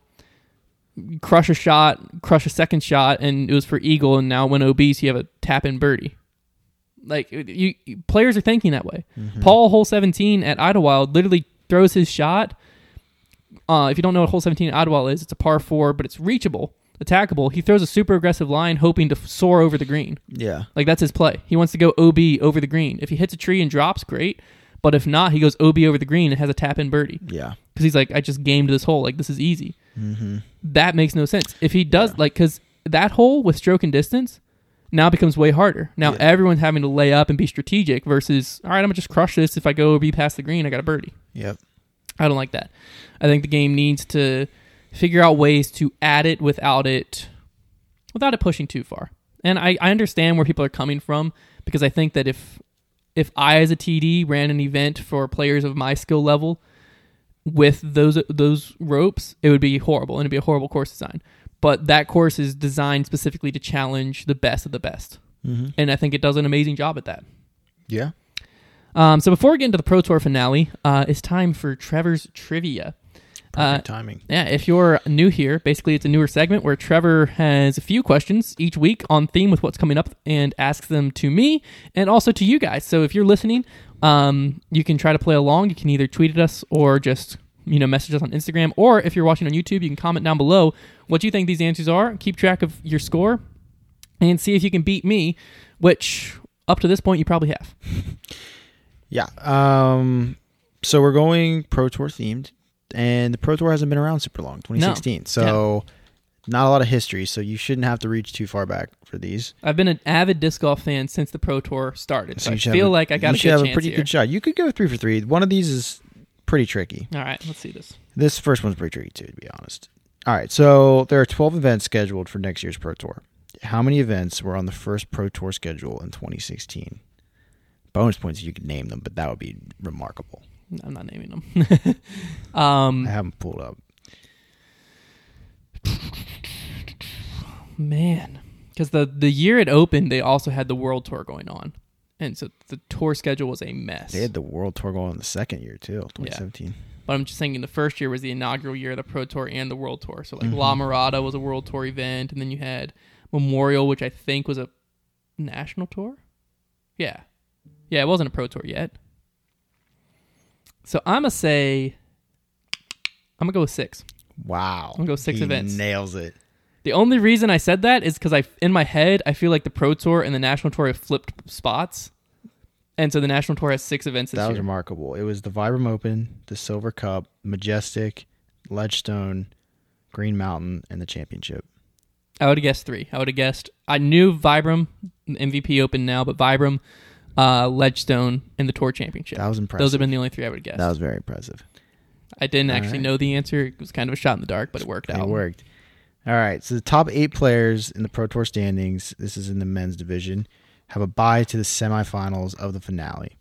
Speaker 1: crush a shot, crush a second shot, and it was for Eagle, and now when obese, you have a tap in birdie. Like, you, you- players are thinking that way.
Speaker 2: Mm-hmm.
Speaker 1: Paul, hole 17 at Idlewild, literally throws his shot. Uh, if you don't know what hole 17 at Idlewild is, it's a par four, but it's reachable, attackable. He throws a super aggressive line, hoping to f- soar over the green.
Speaker 2: yeah,
Speaker 1: Like that's his play. He wants to go OB over the green. If he hits a tree and drops, great. But if not, he goes OB over the green and has a tap in birdie
Speaker 2: Yeah.
Speaker 1: because he's like, I just gamed this hole. Like this is easy.
Speaker 2: Mm-hmm.
Speaker 1: That makes no sense. If he does like because that hole with stroke and distance now becomes way harder. Now
Speaker 2: Yeah.
Speaker 1: everyone's having to lay up and be strategic versus all right, I'm gonna just crush this. If I go OB past the green, I got a birdie.
Speaker 2: Yep.
Speaker 1: I don't like that. I think the game needs to figure out ways to add it without it without it pushing too far. And I, I understand where people are coming from because I think that if if I as a TD ran an event for players of my skill level with those those ropes, it would be horrible and it'd be a horrible course design. But that course is designed specifically to challenge the best of the best.
Speaker 2: Mm-hmm.
Speaker 1: And I think it does an amazing job at that.
Speaker 2: Yeah.
Speaker 1: Um, so before we get into the Pro Tour finale, uh, it's time for Trevor's trivia.
Speaker 2: Perfect
Speaker 1: Uh,
Speaker 2: timing.
Speaker 1: yeah, if you're new here, basically it's a newer segment where Trevor has a few questions each week on theme with what's coming up and asks them to me and also to you guys. So if you're listening, um, you can try to play along. You can either tweet at us or just you know message us on Instagram, or if you're watching on YouTube, you can comment down below what you think these answers are. Keep track of your score and see if you can beat me, which up to this point you probably have.
Speaker 2: Yeah. Um. So we're going Pro Tour themed, and the Pro Tour hasn't been around super long, 2016. So not a lot of history. So you shouldn't have to reach too far back for these.
Speaker 1: I've been an avid disc golf fan since the Pro Tour started,
Speaker 2: So
Speaker 1: so,
Speaker 2: you
Speaker 1: I
Speaker 2: should have
Speaker 1: feel
Speaker 2: a-
Speaker 1: like I got
Speaker 2: you
Speaker 1: a
Speaker 2: should
Speaker 1: good
Speaker 2: have a
Speaker 1: chance
Speaker 2: pretty
Speaker 1: here.
Speaker 2: good shot. You could go three for three. One of these is pretty tricky.
Speaker 1: All right, let's see this.
Speaker 2: This first one's pretty tricky too, to be honest. All right, so there are 12 events scheduled for next year's Pro Tour. How many events were on the first Pro Tour schedule in 2016? Bonus points if you could name them, but that would be remarkable.
Speaker 1: I'm not naming them. [laughs]
Speaker 2: I
Speaker 1: um,
Speaker 2: have them pulled up.
Speaker 1: man, because the the year it opened, they also had the World Tour going on, and so the tour schedule was a mess.
Speaker 2: They had the World Tour going on the second year too, 2017.
Speaker 1: But I'm just saying, the first year was the inaugural year of the Pro Tour and the World Tour. So like La Mirada was a World Tour event, and then you had Memorial, which I think was a national tour. Yeah, yeah, it wasn't a Pro Tour yet. So I'm gonna say, I'm gonna go with six.
Speaker 2: Wow,
Speaker 1: gonna go six
Speaker 2: He
Speaker 1: events.
Speaker 2: Nails it.
Speaker 1: The only reason I said that is because I, in my head, I feel like the Pro Tour and the National Tour have flipped spots, and so the National Tour has six events this
Speaker 2: that was
Speaker 1: year.
Speaker 2: remarkable. It was the Vibram Open, the Silver Cup, Majestic, Ledgestone, Green Mountain, and the Championship.
Speaker 1: I would have guessed three. I would have guessed. I knew Vibram MVP Open now, but Vibram, uh, Ledgestone, and the Tour Championship.
Speaker 2: That was impressive.
Speaker 1: Those have been the only three I would have guessed.
Speaker 2: that was very impressive.
Speaker 1: I didn't
Speaker 2: All
Speaker 1: actually
Speaker 2: right.
Speaker 1: know the answer. It was kind of a shot in the dark, but it worked
Speaker 2: It
Speaker 1: out.
Speaker 2: worked. All right. So the top eight players in the Pro Tour standings, this is in the men's division, have a bye to the semifinals of the finale.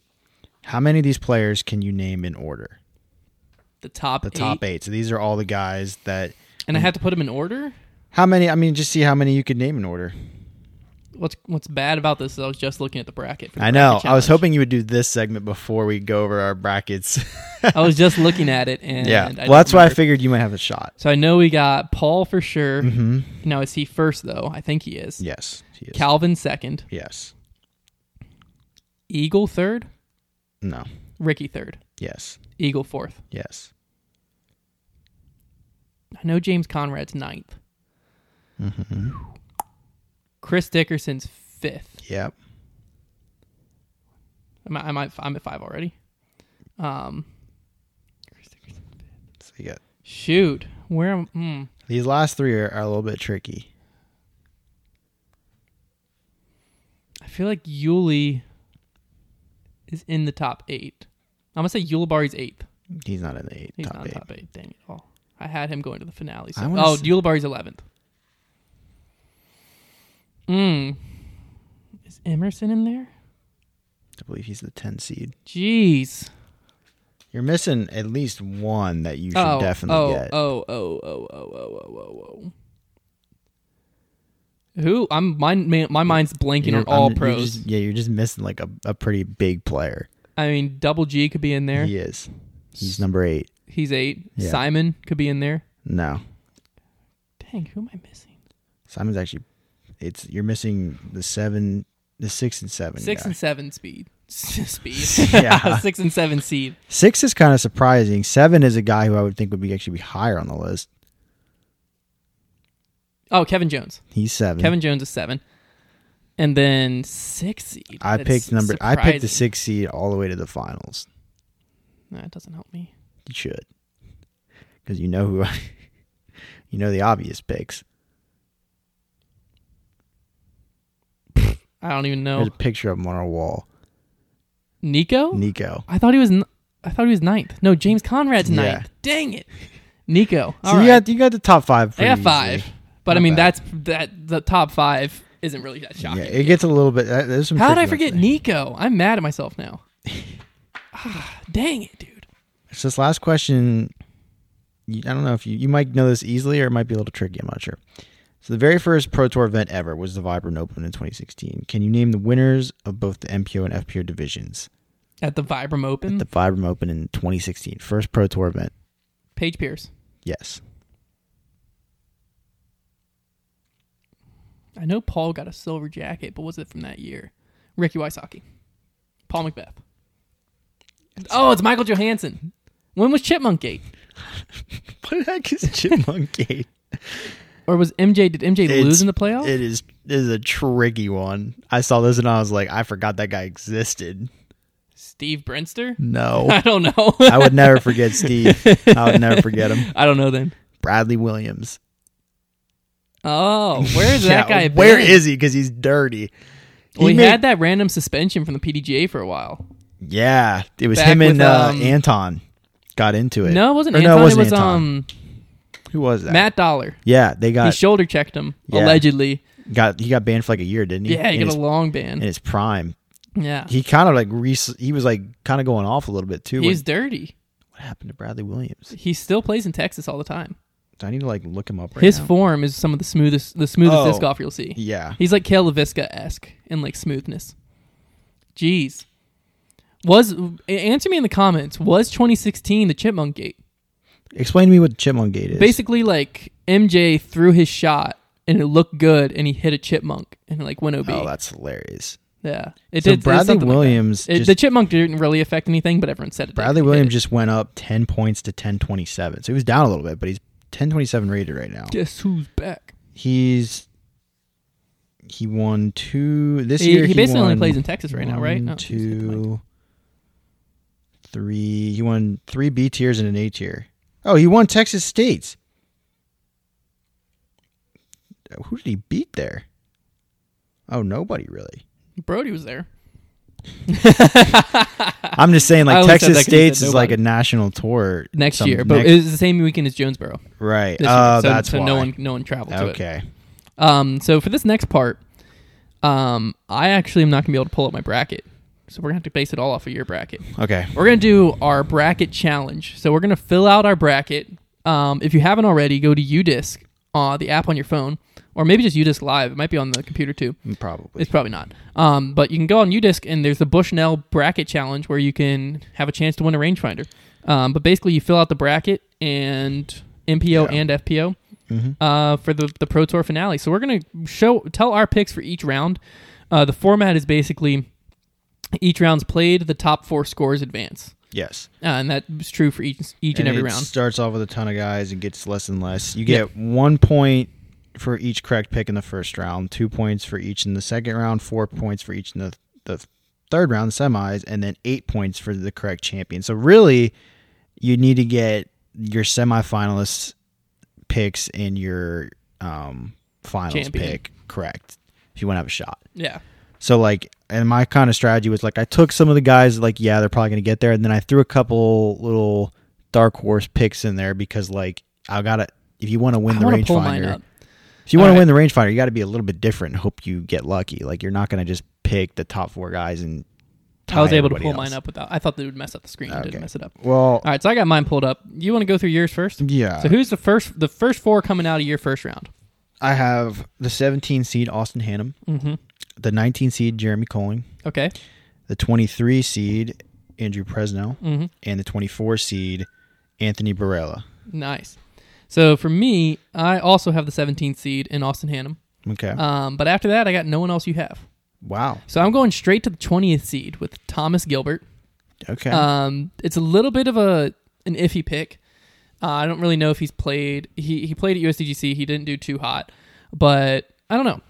Speaker 2: How many of these players can you name in order?
Speaker 1: The top,
Speaker 2: The top eight. So these are all the guys that.
Speaker 1: and I have to put them in order.
Speaker 2: How many? I mean, just see how many you could name in order.
Speaker 1: What's What's bad about this is I was just looking at the bracket. For the
Speaker 2: I know.
Speaker 1: bracket
Speaker 2: I was
Speaker 1: challenge.
Speaker 2: hoping you would do this segment before we go over our brackets. [laughs]
Speaker 1: I was just looking at it, and Oh,
Speaker 2: yeah.
Speaker 1: I
Speaker 2: Well,
Speaker 1: don't
Speaker 2: that's why I
Speaker 1: remember.
Speaker 2: figured you might have a shot.
Speaker 1: So I know we got Paul for sure.
Speaker 2: Mm-hmm.
Speaker 1: Now is he first though? I think he is.
Speaker 2: Yes. He is.
Speaker 1: Calvin second,
Speaker 2: yes.
Speaker 1: Eagle third,
Speaker 2: No.
Speaker 1: Ricky third,
Speaker 2: Yes.
Speaker 1: Eagle fourth.
Speaker 2: Yes.
Speaker 1: I know James Conrad's ninth.
Speaker 2: Mm-hmm.
Speaker 1: Chris Dickerson's fifth.
Speaker 2: Yep.
Speaker 1: I might, I might I'm at five already. Um, Chris Dickerson.
Speaker 2: So you got
Speaker 1: Shoot, where am? Mm,
Speaker 2: These last three are, are a little bit tricky.
Speaker 1: I feel like Yuli is in the top eight. I'm gonna say Yulibari's eighth.
Speaker 2: He's not in the eight,
Speaker 1: He's
Speaker 2: top
Speaker 1: not
Speaker 2: eight.
Speaker 1: top eight. Dang it all. I had him going to the finale. So.
Speaker 2: I wanna
Speaker 1: Oh,
Speaker 2: see-
Speaker 1: Yulibari's eleventh. Mm. Is Emerson in there?
Speaker 2: I believe he's the ten seed.
Speaker 1: Jeez.
Speaker 2: You're missing at least one that you should
Speaker 1: oh,
Speaker 2: definitely
Speaker 1: oh,
Speaker 2: get.
Speaker 1: oh, oh, oh, oh, oh, oh, oh, oh. Who? I'm my man, my mind's blanking
Speaker 2: You're-
Speaker 1: on all
Speaker 2: I'm- you're
Speaker 1: pros.
Speaker 2: just- yeah, you're just missing like a, a pretty big player.
Speaker 1: I mean, Double G could be in there.
Speaker 2: He is. He's number eight.
Speaker 1: He's eight.
Speaker 2: Yeah.
Speaker 1: Simon could be in there.
Speaker 2: No,
Speaker 1: Dang, who am I missing?
Speaker 2: Simon's actually. It's you're missing the seven, the six and seven.
Speaker 1: Six
Speaker 2: guy.
Speaker 1: and seven speed. [laughs] speed.
Speaker 2: [laughs] Yeah.
Speaker 1: [laughs] Six and seven seed.
Speaker 2: six is kind of surprising. Seven is a guy who I would think would be actually be higher on the list.
Speaker 1: Oh, Kevin Jones.
Speaker 2: He's seven.
Speaker 1: Kevin Jones is seven, and then six seed.
Speaker 2: I
Speaker 1: That's
Speaker 2: picked number. I picked the
Speaker 1: surprising.
Speaker 2: six seed all the way to the finals.
Speaker 1: That doesn't help me.
Speaker 2: You should, because you know who, [laughs] you know the obvious picks.
Speaker 1: I don't even know.
Speaker 2: There's a picture of him on our wall.
Speaker 1: Nico?
Speaker 2: Nico.
Speaker 1: I thought he was. N- I thought he was ninth. No, James Conrad's
Speaker 2: Yeah.
Speaker 1: ninth. Dang it,
Speaker 2: [laughs]
Speaker 1: Nico.
Speaker 2: So
Speaker 1: All
Speaker 2: you
Speaker 1: right.
Speaker 2: got you got the top five.
Speaker 1: I
Speaker 2: pretty
Speaker 1: got five,
Speaker 2: easily.
Speaker 1: but I
Speaker 2: Not
Speaker 1: mean
Speaker 2: bad.
Speaker 1: that's that. The top five isn't really that shocking.
Speaker 2: Yeah, it gets a little bit. uh, There's some.
Speaker 1: How did
Speaker 2: tricky
Speaker 1: I
Speaker 2: ones
Speaker 1: forget
Speaker 2: there.
Speaker 1: Nico? I'm mad at myself now.
Speaker 2: [laughs]
Speaker 1: ah, dang it, dude.
Speaker 2: So this last question, you, I don't know if you you might know this easily or it might be a little tricky. I'm not sure. So the very first Pro Tour event ever was the Vibram Open in 2016. Can you name the winners of both the MPO and FPO divisions?
Speaker 1: At the Vibram Open,
Speaker 2: The Vibram Open in 2016, first Pro Tour event.
Speaker 1: Paige Pierce.
Speaker 2: Yes.
Speaker 1: I know Paul got a silver jacket, but was it from that year? Ricky Wysocki. Paul Macbeth. Oh, it's Michael Johansson. When was Chipmunk Gate?
Speaker 2: [laughs] What the heck is
Speaker 1: [laughs]
Speaker 2: Chipmunk Gate?
Speaker 1: Or was MJ did MJ lose
Speaker 2: It's-
Speaker 1: in the playoff?
Speaker 2: It is it is a tricky one. I saw this and I was like, I forgot that guy existed.
Speaker 1: Steve Brinster?
Speaker 2: No.
Speaker 1: [laughs] I don't know.
Speaker 2: [laughs] I would never forget Steve. I would never forget
Speaker 1: [laughs]
Speaker 2: him.
Speaker 1: I don't know then.
Speaker 2: Bradley Williams.
Speaker 1: Oh, where's that
Speaker 2: Yeah,
Speaker 1: guy? Been?
Speaker 2: Where is he? Because he's dirty.
Speaker 1: Well, he
Speaker 2: made-
Speaker 1: had that random suspension from the PDGA for a while.
Speaker 2: Yeah, it was
Speaker 1: back
Speaker 2: him and
Speaker 1: with,
Speaker 2: uh,
Speaker 1: um,
Speaker 2: Anton got into it.
Speaker 1: No, it wasn't
Speaker 2: Or
Speaker 1: Anton. it was um
Speaker 2: who was that?
Speaker 1: Matt Dollar.
Speaker 2: Yeah, they
Speaker 1: He
Speaker 2: got
Speaker 1: shoulder checked him
Speaker 2: Yeah.
Speaker 1: allegedly.
Speaker 2: got he got banned for like a year, didn't he?
Speaker 1: Yeah, he
Speaker 2: in
Speaker 1: got
Speaker 2: his,
Speaker 1: a long
Speaker 2: in
Speaker 1: ban.
Speaker 2: his prime.
Speaker 1: Yeah,
Speaker 2: He kind of like re- he was like kind of going off a little bit too. when-
Speaker 1: he's dirty.
Speaker 2: what happened to Bradley Williams?
Speaker 1: He still plays in Texas all the time.
Speaker 2: Do I need to like look him up right
Speaker 1: His
Speaker 2: now?
Speaker 1: form is some of the smoothest, the smoothest
Speaker 2: Oh.
Speaker 1: disc golf you'll see.
Speaker 2: yeah,
Speaker 1: He's like Kale LaVisca esque in like smoothness. Jeez, was answer me in the comments. Was 2016 the Chipmunk Gate?
Speaker 2: explain to me what Chipmunk Gate is.
Speaker 1: Basically, like MJ threw his shot and it looked good, and he hit a chipmunk and it, like went OB.
Speaker 2: oh, that's hilarious.
Speaker 1: yeah, it
Speaker 2: so
Speaker 1: did. it was
Speaker 2: Bradley
Speaker 1: something like that.
Speaker 2: Williams,
Speaker 1: It-
Speaker 2: just,
Speaker 1: the chipmunk didn't really affect anything, but everyone said it. did.
Speaker 2: Bradley
Speaker 1: It
Speaker 2: Williams
Speaker 1: did.
Speaker 2: just went up ten points to ten twenty seven. So he was down a little bit, but he's ten twenty seven rated right now.
Speaker 1: Guess who's back?
Speaker 2: he's he won two this
Speaker 1: He-
Speaker 2: year.
Speaker 1: he basically only
Speaker 2: won
Speaker 1: plays in Texas right now, right?
Speaker 2: one,
Speaker 1: Oh, he's hit the mic.
Speaker 2: two, three. He won three B tiers and an A tier. Oh, he won Texas States. Who did he beat there? Oh, nobody
Speaker 1: [laughs]
Speaker 2: really.
Speaker 1: Brody was there.
Speaker 2: I'm just saying,
Speaker 1: I only
Speaker 2: like
Speaker 1: said that
Speaker 2: Texas
Speaker 1: 'cause you
Speaker 2: States
Speaker 1: said
Speaker 2: is like a national tour
Speaker 1: next
Speaker 2: some-
Speaker 1: year, but
Speaker 2: next-
Speaker 1: it was the same weekend as Jonesboro.
Speaker 2: right.
Speaker 1: This
Speaker 2: Oh,
Speaker 1: year, so,
Speaker 2: that's
Speaker 1: so
Speaker 2: why.
Speaker 1: no one no one traveled to it.
Speaker 2: Okay,
Speaker 1: Um, so for this next part, um, I actually am not gonna be able to pull up my bracket, so we're gonna have to base it all off of your bracket.
Speaker 2: okay.
Speaker 1: We're gonna do our bracket challenge. So we're gonna fill out our bracket. Um, if you haven't already, go to UDisc, uh, the app on your phone, or maybe just UDisc Live. It might be on the computer too.
Speaker 2: Probably.
Speaker 1: It's probably not. Um, but you can go on UDisc and there's the Bushnell bracket challenge where you can have a chance to win a rangefinder. Um, but basically, you fill out the bracket and MPO
Speaker 2: Yeah.
Speaker 1: and FPO
Speaker 2: Mm-hmm.
Speaker 1: uh, for the the Pro Tour finale. So we're gonna show tell our picks for each round. Uh, the format is basically each round's played, the top four scores advance,
Speaker 2: Yes.
Speaker 1: uh, and that's true for each each and,
Speaker 2: And
Speaker 1: every
Speaker 2: it
Speaker 1: round.
Speaker 2: Starts off with a ton of guys and gets less and less. You
Speaker 1: Yep.
Speaker 2: get one point for each correct pick in the first round, two points for each in the second round, four points for each in the, the third round, semis, and then eight points for the correct champion. So really, you need to get your semifinalists picks and your um, finals
Speaker 1: Champion.
Speaker 2: pick correct if you want to have a shot.
Speaker 1: Yeah,
Speaker 2: So like, and my kind of strategy was like, I took some of the guys like, yeah, they're probably gonna get there, and then I threw a couple little dark horse picks in there because like, I gotta if you want to win
Speaker 1: I
Speaker 2: the
Speaker 1: want to pull mine
Speaker 2: rangefinder,
Speaker 1: up.
Speaker 2: if you want
Speaker 1: All
Speaker 2: to
Speaker 1: right.
Speaker 2: win the rangefinder, you got to be a little bit different. and Hope you get lucky. Like you're not gonna just pick the top four guys and.
Speaker 1: I was
Speaker 2: tie
Speaker 1: able to
Speaker 2: everybody
Speaker 1: pull
Speaker 2: else.
Speaker 1: mine up without. I thought they would mess up the screen. I
Speaker 2: Okay.
Speaker 1: didn't mess it up.
Speaker 2: Well,
Speaker 1: All right, so I got mine pulled up. You want to go through yours first?
Speaker 2: yeah.
Speaker 1: So who's the first? The first four coming out of your first round.
Speaker 2: I have the 17 seed Austin Hannum,
Speaker 1: Mm-hmm.
Speaker 2: the 19 seed Jeremy Colling,
Speaker 1: Okay.
Speaker 2: the 23 seed Andrew Presnell,
Speaker 1: Mm-hmm.
Speaker 2: and the 24 seed Anthony Barella.
Speaker 1: Nice. So for me, I also have the 17th seed in Austin Hannum.
Speaker 2: Okay.
Speaker 1: Um, but after that, I got no one else you have.
Speaker 2: wow.
Speaker 1: So I'm going straight to the 20th seed with Thomas Gilbert.
Speaker 2: Okay.
Speaker 1: Um, it's a little bit of a an iffy pick. Uh, I don't really know if he's played. He he played at USDGC. He didn't do too hot, but I don't know.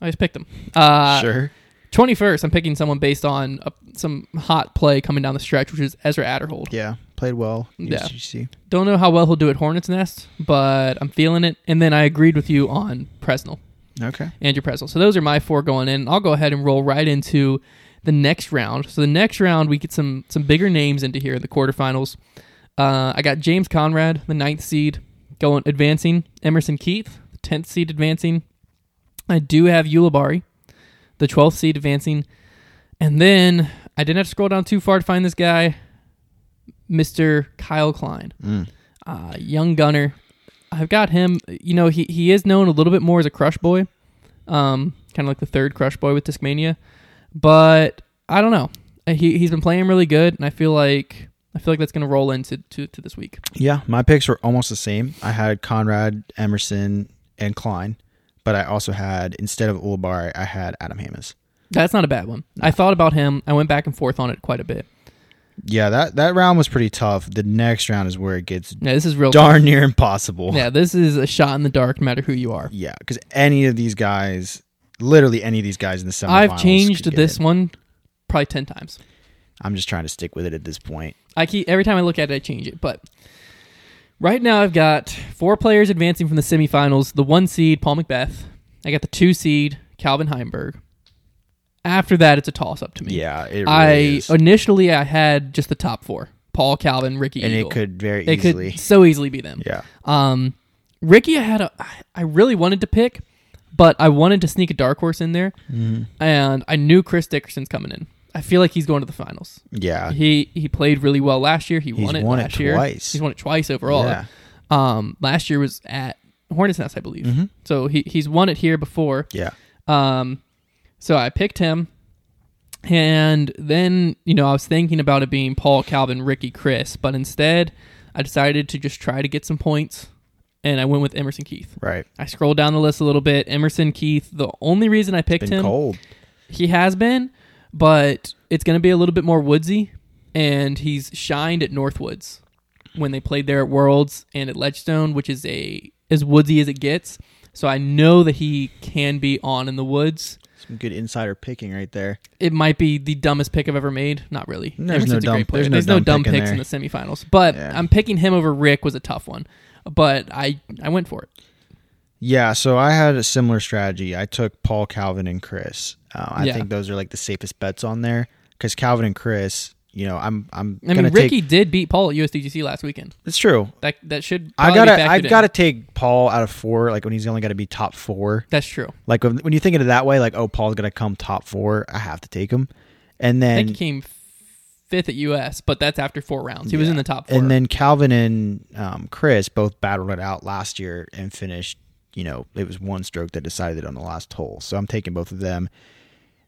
Speaker 1: I just picked him. Uh,
Speaker 2: sure.
Speaker 1: Twenty first, I'm picking someone based on a, some hot play coming down the stretch, which is Ezra Adderhold.
Speaker 2: Yeah, played well.
Speaker 1: Yeah.
Speaker 2: UCC.
Speaker 1: Don't know how well he'll do at Hornets Nest, but I'm feeling it. And then I agreed with you on Presnell,
Speaker 2: Okay.
Speaker 1: Andrew Presnell. So those are my four going in. I'll go ahead and roll right into the next round. So the next round, we get some some bigger names into here in the quarterfinals. Uh, I got James Conrad, the ninth seed, going advancing. Emerson Keith, the tenth seed, advancing. I do have Ulibarri, the twelfth seed, advancing. And then I didn't have to scroll down too far to find this guy, Mister Kyle Klein
Speaker 2: Mm.
Speaker 1: uh, young gunner. I've got him. You know, he he is known a little bit more as a crush boy, um, kind of like the third crush boy with Discmania. But I don't know. Uh, He he's been playing really good, and I feel like I feel like that's gonna roll into to, to this week.
Speaker 2: Yeah, my picks were almost the same. I had Conrad, Emerson, and Klein, but I also had instead of Ulibarri, I had Adam Hamas.
Speaker 1: That's not a bad one. I thought about him. I went back and forth on it quite a bit.
Speaker 2: Yeah, that that round was pretty tough. The next round is where it gets
Speaker 1: Yeah, this is real.
Speaker 2: darn near impossible.
Speaker 1: [laughs] Yeah, this is a shot in the dark, no matter who you are.
Speaker 2: Yeah, because any of these guys, literally any of these guys in the semifinals,
Speaker 1: I've changed
Speaker 2: could get
Speaker 1: this
Speaker 2: it.
Speaker 1: one probably ten times.
Speaker 2: I'm just trying to stick with it at this point.
Speaker 1: I keep every time I look at it, I change it. But right now, I've got four players advancing from the semifinals. The one seed, Paul Macbeth. I got the two seed, Calvin Heinberg. After that, it's a toss up to me.
Speaker 2: Yeah, it really
Speaker 1: I
Speaker 2: is.
Speaker 1: initially I had just the top four: Paul, Calvin, Ricky,
Speaker 2: and
Speaker 1: Eagle.
Speaker 2: it could very
Speaker 1: it
Speaker 2: easily.
Speaker 1: could so easily be them.
Speaker 2: yeah,
Speaker 1: Um, Ricky, I had a I really wanted to pick, but I wanted to sneak a dark horse in there,
Speaker 2: Mm-hmm.
Speaker 1: and I knew Chris Dickerson's coming in. I feel like he's going to the finals.
Speaker 2: yeah,
Speaker 1: He he played really well last year. He
Speaker 2: He's
Speaker 1: won it
Speaker 2: won it
Speaker 1: last year.
Speaker 2: twice.
Speaker 1: He's won it twice overall.
Speaker 2: Yeah.
Speaker 1: Um, last year was at Hornets Nest, I believe.
Speaker 2: Mm-hmm.
Speaker 1: So he he's won it here before.
Speaker 2: yeah.
Speaker 1: Um, so I picked him, and then you know I was thinking about it being Paul, Calvin, Ricky, Chris, but instead I decided to just try to get some points, and I went with Emerson Keith.
Speaker 2: Right,
Speaker 1: I scrolled down the list a little bit. Emerson Keith. The only reason I picked
Speaker 2: been
Speaker 1: him
Speaker 2: cold.
Speaker 1: he has been, but it's going to be a little bit more woodsy, and he's shined at Northwoods when they played there at Worlds and at Ledgestone, which is a as woodsy as it gets. So I know that he can be on in the woods.
Speaker 2: Some good insider picking right there.
Speaker 1: It might be the dumbest pick I've ever made. Not really.
Speaker 2: There's no
Speaker 1: Emerson's a
Speaker 2: dumb-
Speaker 1: great player.
Speaker 2: there's no
Speaker 1: There's no
Speaker 2: dumb
Speaker 1: dumb
Speaker 2: pick in
Speaker 1: picks in the semifinals, but
Speaker 2: Yeah.
Speaker 1: I'm picking him over Rick was a tough one, but I I went for it.
Speaker 2: Yeah, so I had a similar strategy. I took Paul, Calvin, and Chris. Uh, I
Speaker 1: Yeah.
Speaker 2: think those are like the safest bets on there because Calvin and Chris. You know, I'm I'm
Speaker 1: I
Speaker 2: gonna
Speaker 1: mean, Ricky
Speaker 2: take.
Speaker 1: did beat Paul at USDGC last weekend.
Speaker 2: It's true.
Speaker 1: That that should
Speaker 2: I
Speaker 1: probably
Speaker 2: gotta
Speaker 1: be
Speaker 2: I
Speaker 1: factored in.
Speaker 2: gotta take Paul out of four. Like when he's only got to be top four.
Speaker 1: That's true.
Speaker 2: Like when, when you think of it that way, like oh Paul's gonna come top four. I have to take him. And
Speaker 1: I
Speaker 2: then
Speaker 1: think he came f- fifth at US, but that's after four rounds. He was
Speaker 2: Yeah.
Speaker 1: in the top four.
Speaker 2: and then Calvin and um, Chris both battled it out last year and finished. You know, it was one stroke that decided on the last hole. So I'm taking both of them.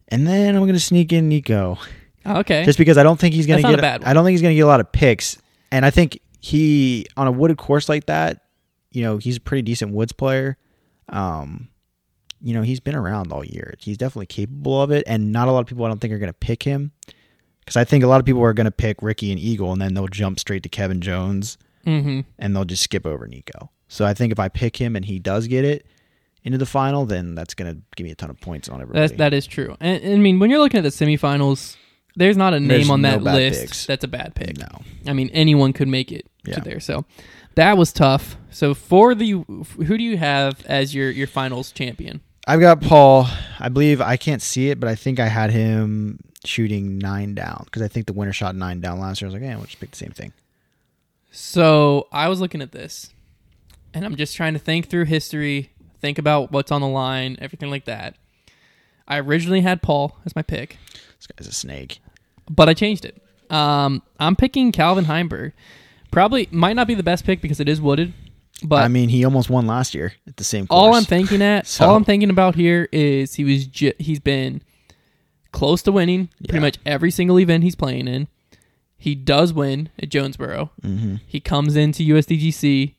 Speaker 2: And then I'm gonna sneak in Nico.
Speaker 1: Oh, okay,
Speaker 2: just because I don't think he's going
Speaker 1: That's
Speaker 2: to
Speaker 1: not a
Speaker 2: get.
Speaker 1: bad one.
Speaker 2: I don't think he's going to get a lot of picks, and I think he on a wooded course like that, you know, he's a pretty decent woods player. Um, you know, he's been around all year. He's definitely capable of it, and not a lot of people I don't think are going to pick him because I think a lot of people are going to pick Ricky and Eagle, and then they'll jump straight to Kevin Jones
Speaker 1: mm-hmm.
Speaker 2: and they'll just skip over Nico. So I think if I pick him and he does get it into the final, then that's going to give me a ton of points on everybody.
Speaker 1: that's that is true. And, and I mean, when you're looking at the semifinals, there's not a name
Speaker 2: There's
Speaker 1: on
Speaker 2: no
Speaker 1: that
Speaker 2: bad
Speaker 1: list
Speaker 2: picks.
Speaker 1: that's a bad pick.
Speaker 2: no.
Speaker 1: I mean, anyone could make it
Speaker 2: Yeah.
Speaker 1: to there. So that was tough. So for the who do you have as your your finals champion?
Speaker 2: I've got Paul. I believe I can't see it, but I think I had him shooting nine down because I think the winner shot nine down last year. I was like, yeah, we'll just pick the same thing.
Speaker 1: So I was looking at this, and I'm just trying to think through history, think about what's on the line, everything like that. I originally had Paul as my pick.
Speaker 2: This guy's a snake.
Speaker 1: but I changed it. Um, I'm picking Calvin Heinberg. Probably might not be the best pick because it is wooded, but
Speaker 2: I mean, he almost won last year at the same. Course.
Speaker 1: all I'm thinking at,
Speaker 2: [laughs] So-
Speaker 1: all I'm thinking about here is he was ju- he's been close to winning
Speaker 2: Yeah.
Speaker 1: pretty much every single event he's playing in. He does win at Jonesboro.
Speaker 2: Mhm.
Speaker 1: He comes into USDGC.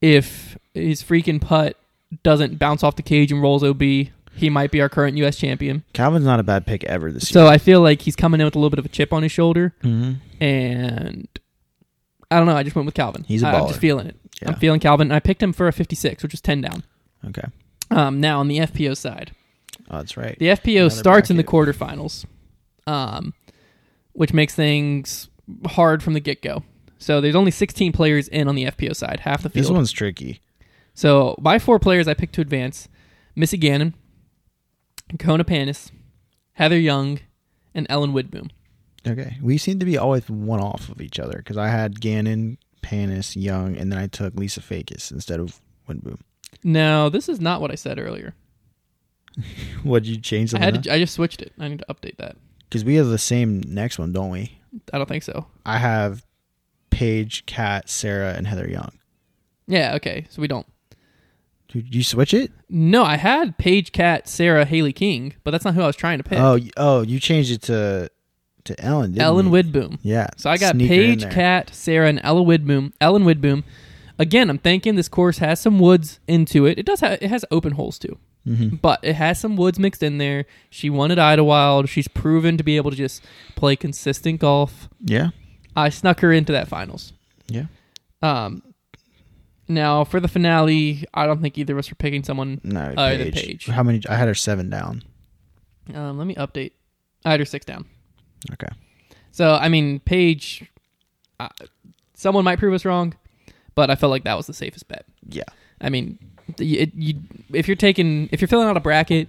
Speaker 1: If his freaking putt doesn't bounce off the cage and rolls OB, he might be our current US champion.
Speaker 2: Calvin's not a bad pick ever this year.
Speaker 1: So I feel like he's coming in with a little bit of a chip on his shoulder
Speaker 2: Mhm.
Speaker 1: and I don't know. I just went with Calvin.
Speaker 2: He's a
Speaker 1: I- I'm
Speaker 2: baller.
Speaker 1: just feeling it.
Speaker 2: Yeah.
Speaker 1: I'm feeling Calvin. And I picked him for a 56, which was 10 down.
Speaker 2: Okay.
Speaker 1: Um, now on the FPO side,
Speaker 2: Oh, that's right.
Speaker 1: The FPO
Speaker 2: Another
Speaker 1: starts in the
Speaker 2: bracket.
Speaker 1: quarterfinals, um, which makes things hard from the get go. So there's only 16 players in on the FPO side, half the
Speaker 2: This
Speaker 1: field.
Speaker 2: one's tricky.
Speaker 1: So my four players I picked to advance: Missy Gannon, Kona Panis, Heather Young, and Ellen Widboom.
Speaker 2: Okay. We seem to be always one off of each other because I had Gannon, Panis, Young, and then I took Lisa Fakis instead of Winboom. [laughs]
Speaker 1: No, this is not what I said earlier.
Speaker 2: What did you change
Speaker 1: I had
Speaker 2: the
Speaker 1: to, I just switched it. I need to update that.
Speaker 2: Because we have the same next one, don't we?
Speaker 1: I don't think so.
Speaker 2: I have Paige, Kat, Sarah, and Heather Young.
Speaker 1: Yeah, okay. So we don't.
Speaker 2: Did you switch it?
Speaker 1: No, I had Paige, Cat, Sarah, Haley King, but that's not who I was trying to pick.
Speaker 2: Oh, y- oh, you changed it to to Ellen. Didn't
Speaker 1: Ellen
Speaker 2: you?
Speaker 1: Widboom.
Speaker 2: Yeah.
Speaker 1: So I got
Speaker 2: sneaker in
Speaker 1: Paige,
Speaker 2: there.
Speaker 1: Cat, Sarah, and Ella Widboom. Ellen Widboom. Again, I'm thinking this course has some woods into it. It does. Ha- it has open holes too,
Speaker 2: Mhm.
Speaker 1: but it has some woods mixed in there. She won at Idlewild. She's proven to be able to just play consistent golf.
Speaker 2: Yeah.
Speaker 1: I snuck her into that finals.
Speaker 2: Yeah.
Speaker 1: Um, now for the finale, I don't think either of us were picking someone.
Speaker 2: No.
Speaker 1: Oh,
Speaker 2: Paige.
Speaker 1: the Paige.
Speaker 2: How many? I had her seven down.
Speaker 1: Um, let me update. I had her six down.
Speaker 2: Okay.
Speaker 1: So I mean, Paige. Uh, someone might prove us wrong, but I felt like that was the safest bet.
Speaker 2: Yeah.
Speaker 1: I mean, you, it, you, if you're taking if you're filling out a bracket,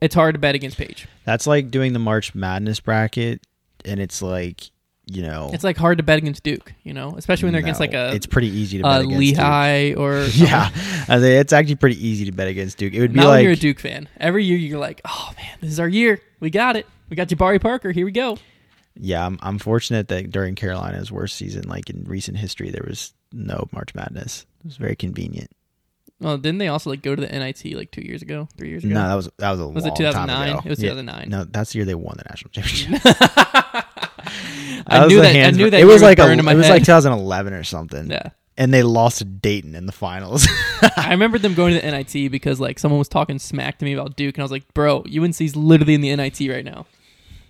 Speaker 1: it's hard to bet against Paige.
Speaker 2: That's like doing the March Madness bracket, and it's like you know,
Speaker 1: It's like hard to bet against Duke, you know, especially when they're against
Speaker 2: no,
Speaker 1: like a,
Speaker 2: It's pretty easy to bet
Speaker 1: a
Speaker 2: against
Speaker 1: Lehigh or
Speaker 2: Duke. [laughs] Yeah, I think it's actually pretty easy to bet against Duke. It would be
Speaker 1: Now when
Speaker 2: like
Speaker 1: you're a Duke fan, every year you're like, oh man, this is our year. We got it. We got Jabari Parker. Here we go.
Speaker 2: yeah, I'm, I'm fortunate that during Carolina's worst season, like in recent history, there was no March Madness. It was very convenient.
Speaker 1: Well, didn't they also like go to the NIT like two years ago, three years ago?
Speaker 2: No, that was that was a
Speaker 1: Was it
Speaker 2: long time
Speaker 1: 2009?
Speaker 2: ago.
Speaker 1: It was
Speaker 2: Yeah.
Speaker 1: 2009.
Speaker 2: No, that's the year they won the national championship.
Speaker 1: I
Speaker 2: was
Speaker 1: knew
Speaker 2: the
Speaker 1: that. [laughs] I
Speaker 2: hands-
Speaker 1: knew that.
Speaker 2: It was
Speaker 1: year
Speaker 2: like a,
Speaker 1: burned in my
Speaker 2: it was
Speaker 1: head.
Speaker 2: like 2011 or something.
Speaker 1: Yeah.
Speaker 2: and they lost to Dayton in the finals. [laughs]
Speaker 1: I remember them going to the NIT because like someone was talking smack to me about Duke, and I was like, "Bro, UNC's literally in the NIT right now."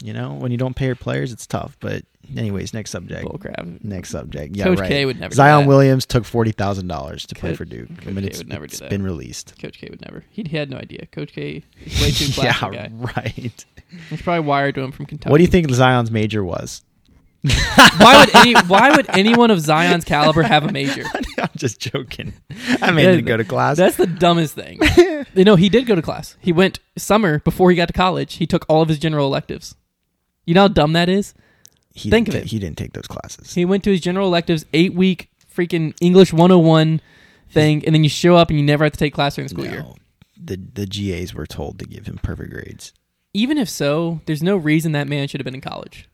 Speaker 2: you know, when you don't pay your players, it's tough. But anyways, next subject.
Speaker 1: Bullcrap.
Speaker 2: Next subject. Yeah,
Speaker 1: Coach
Speaker 2: right.
Speaker 1: K would never do
Speaker 2: Zion
Speaker 1: that.
Speaker 2: Williams took forty thousand dollars to play
Speaker 1: Coach-
Speaker 2: for Duke. I
Speaker 1: Coach
Speaker 2: mean,
Speaker 1: K
Speaker 2: it's,
Speaker 1: would never do
Speaker 2: it's
Speaker 1: that.
Speaker 2: been released.
Speaker 1: Coach K would never. He he had no idea. Coach K is
Speaker 2: [laughs]
Speaker 1: way too classy
Speaker 2: yeah,
Speaker 1: guy.
Speaker 2: right.
Speaker 1: He's probably wired to him from Kentucky.
Speaker 2: What do you think Zion's major was? [laughs]
Speaker 1: why would any Why would anyone of Zion's caliber have a major?
Speaker 2: I'm just joking. I made him go to class.
Speaker 1: That's the dumbest thing. you know, he did go to class. He went summer before he got to college. He took all of his general electives. You know how dumb that is.
Speaker 2: He
Speaker 1: think
Speaker 2: didn't
Speaker 1: of
Speaker 2: ta-
Speaker 1: it.
Speaker 2: He didn't take those classes.
Speaker 1: He went to his general electives eight week freaking English 101 thing, and then you show up and you never have to take class during the school year.
Speaker 2: No. The the GAs were told to give him perfect grades.
Speaker 1: Even if so, there's no reason that man should have been in college.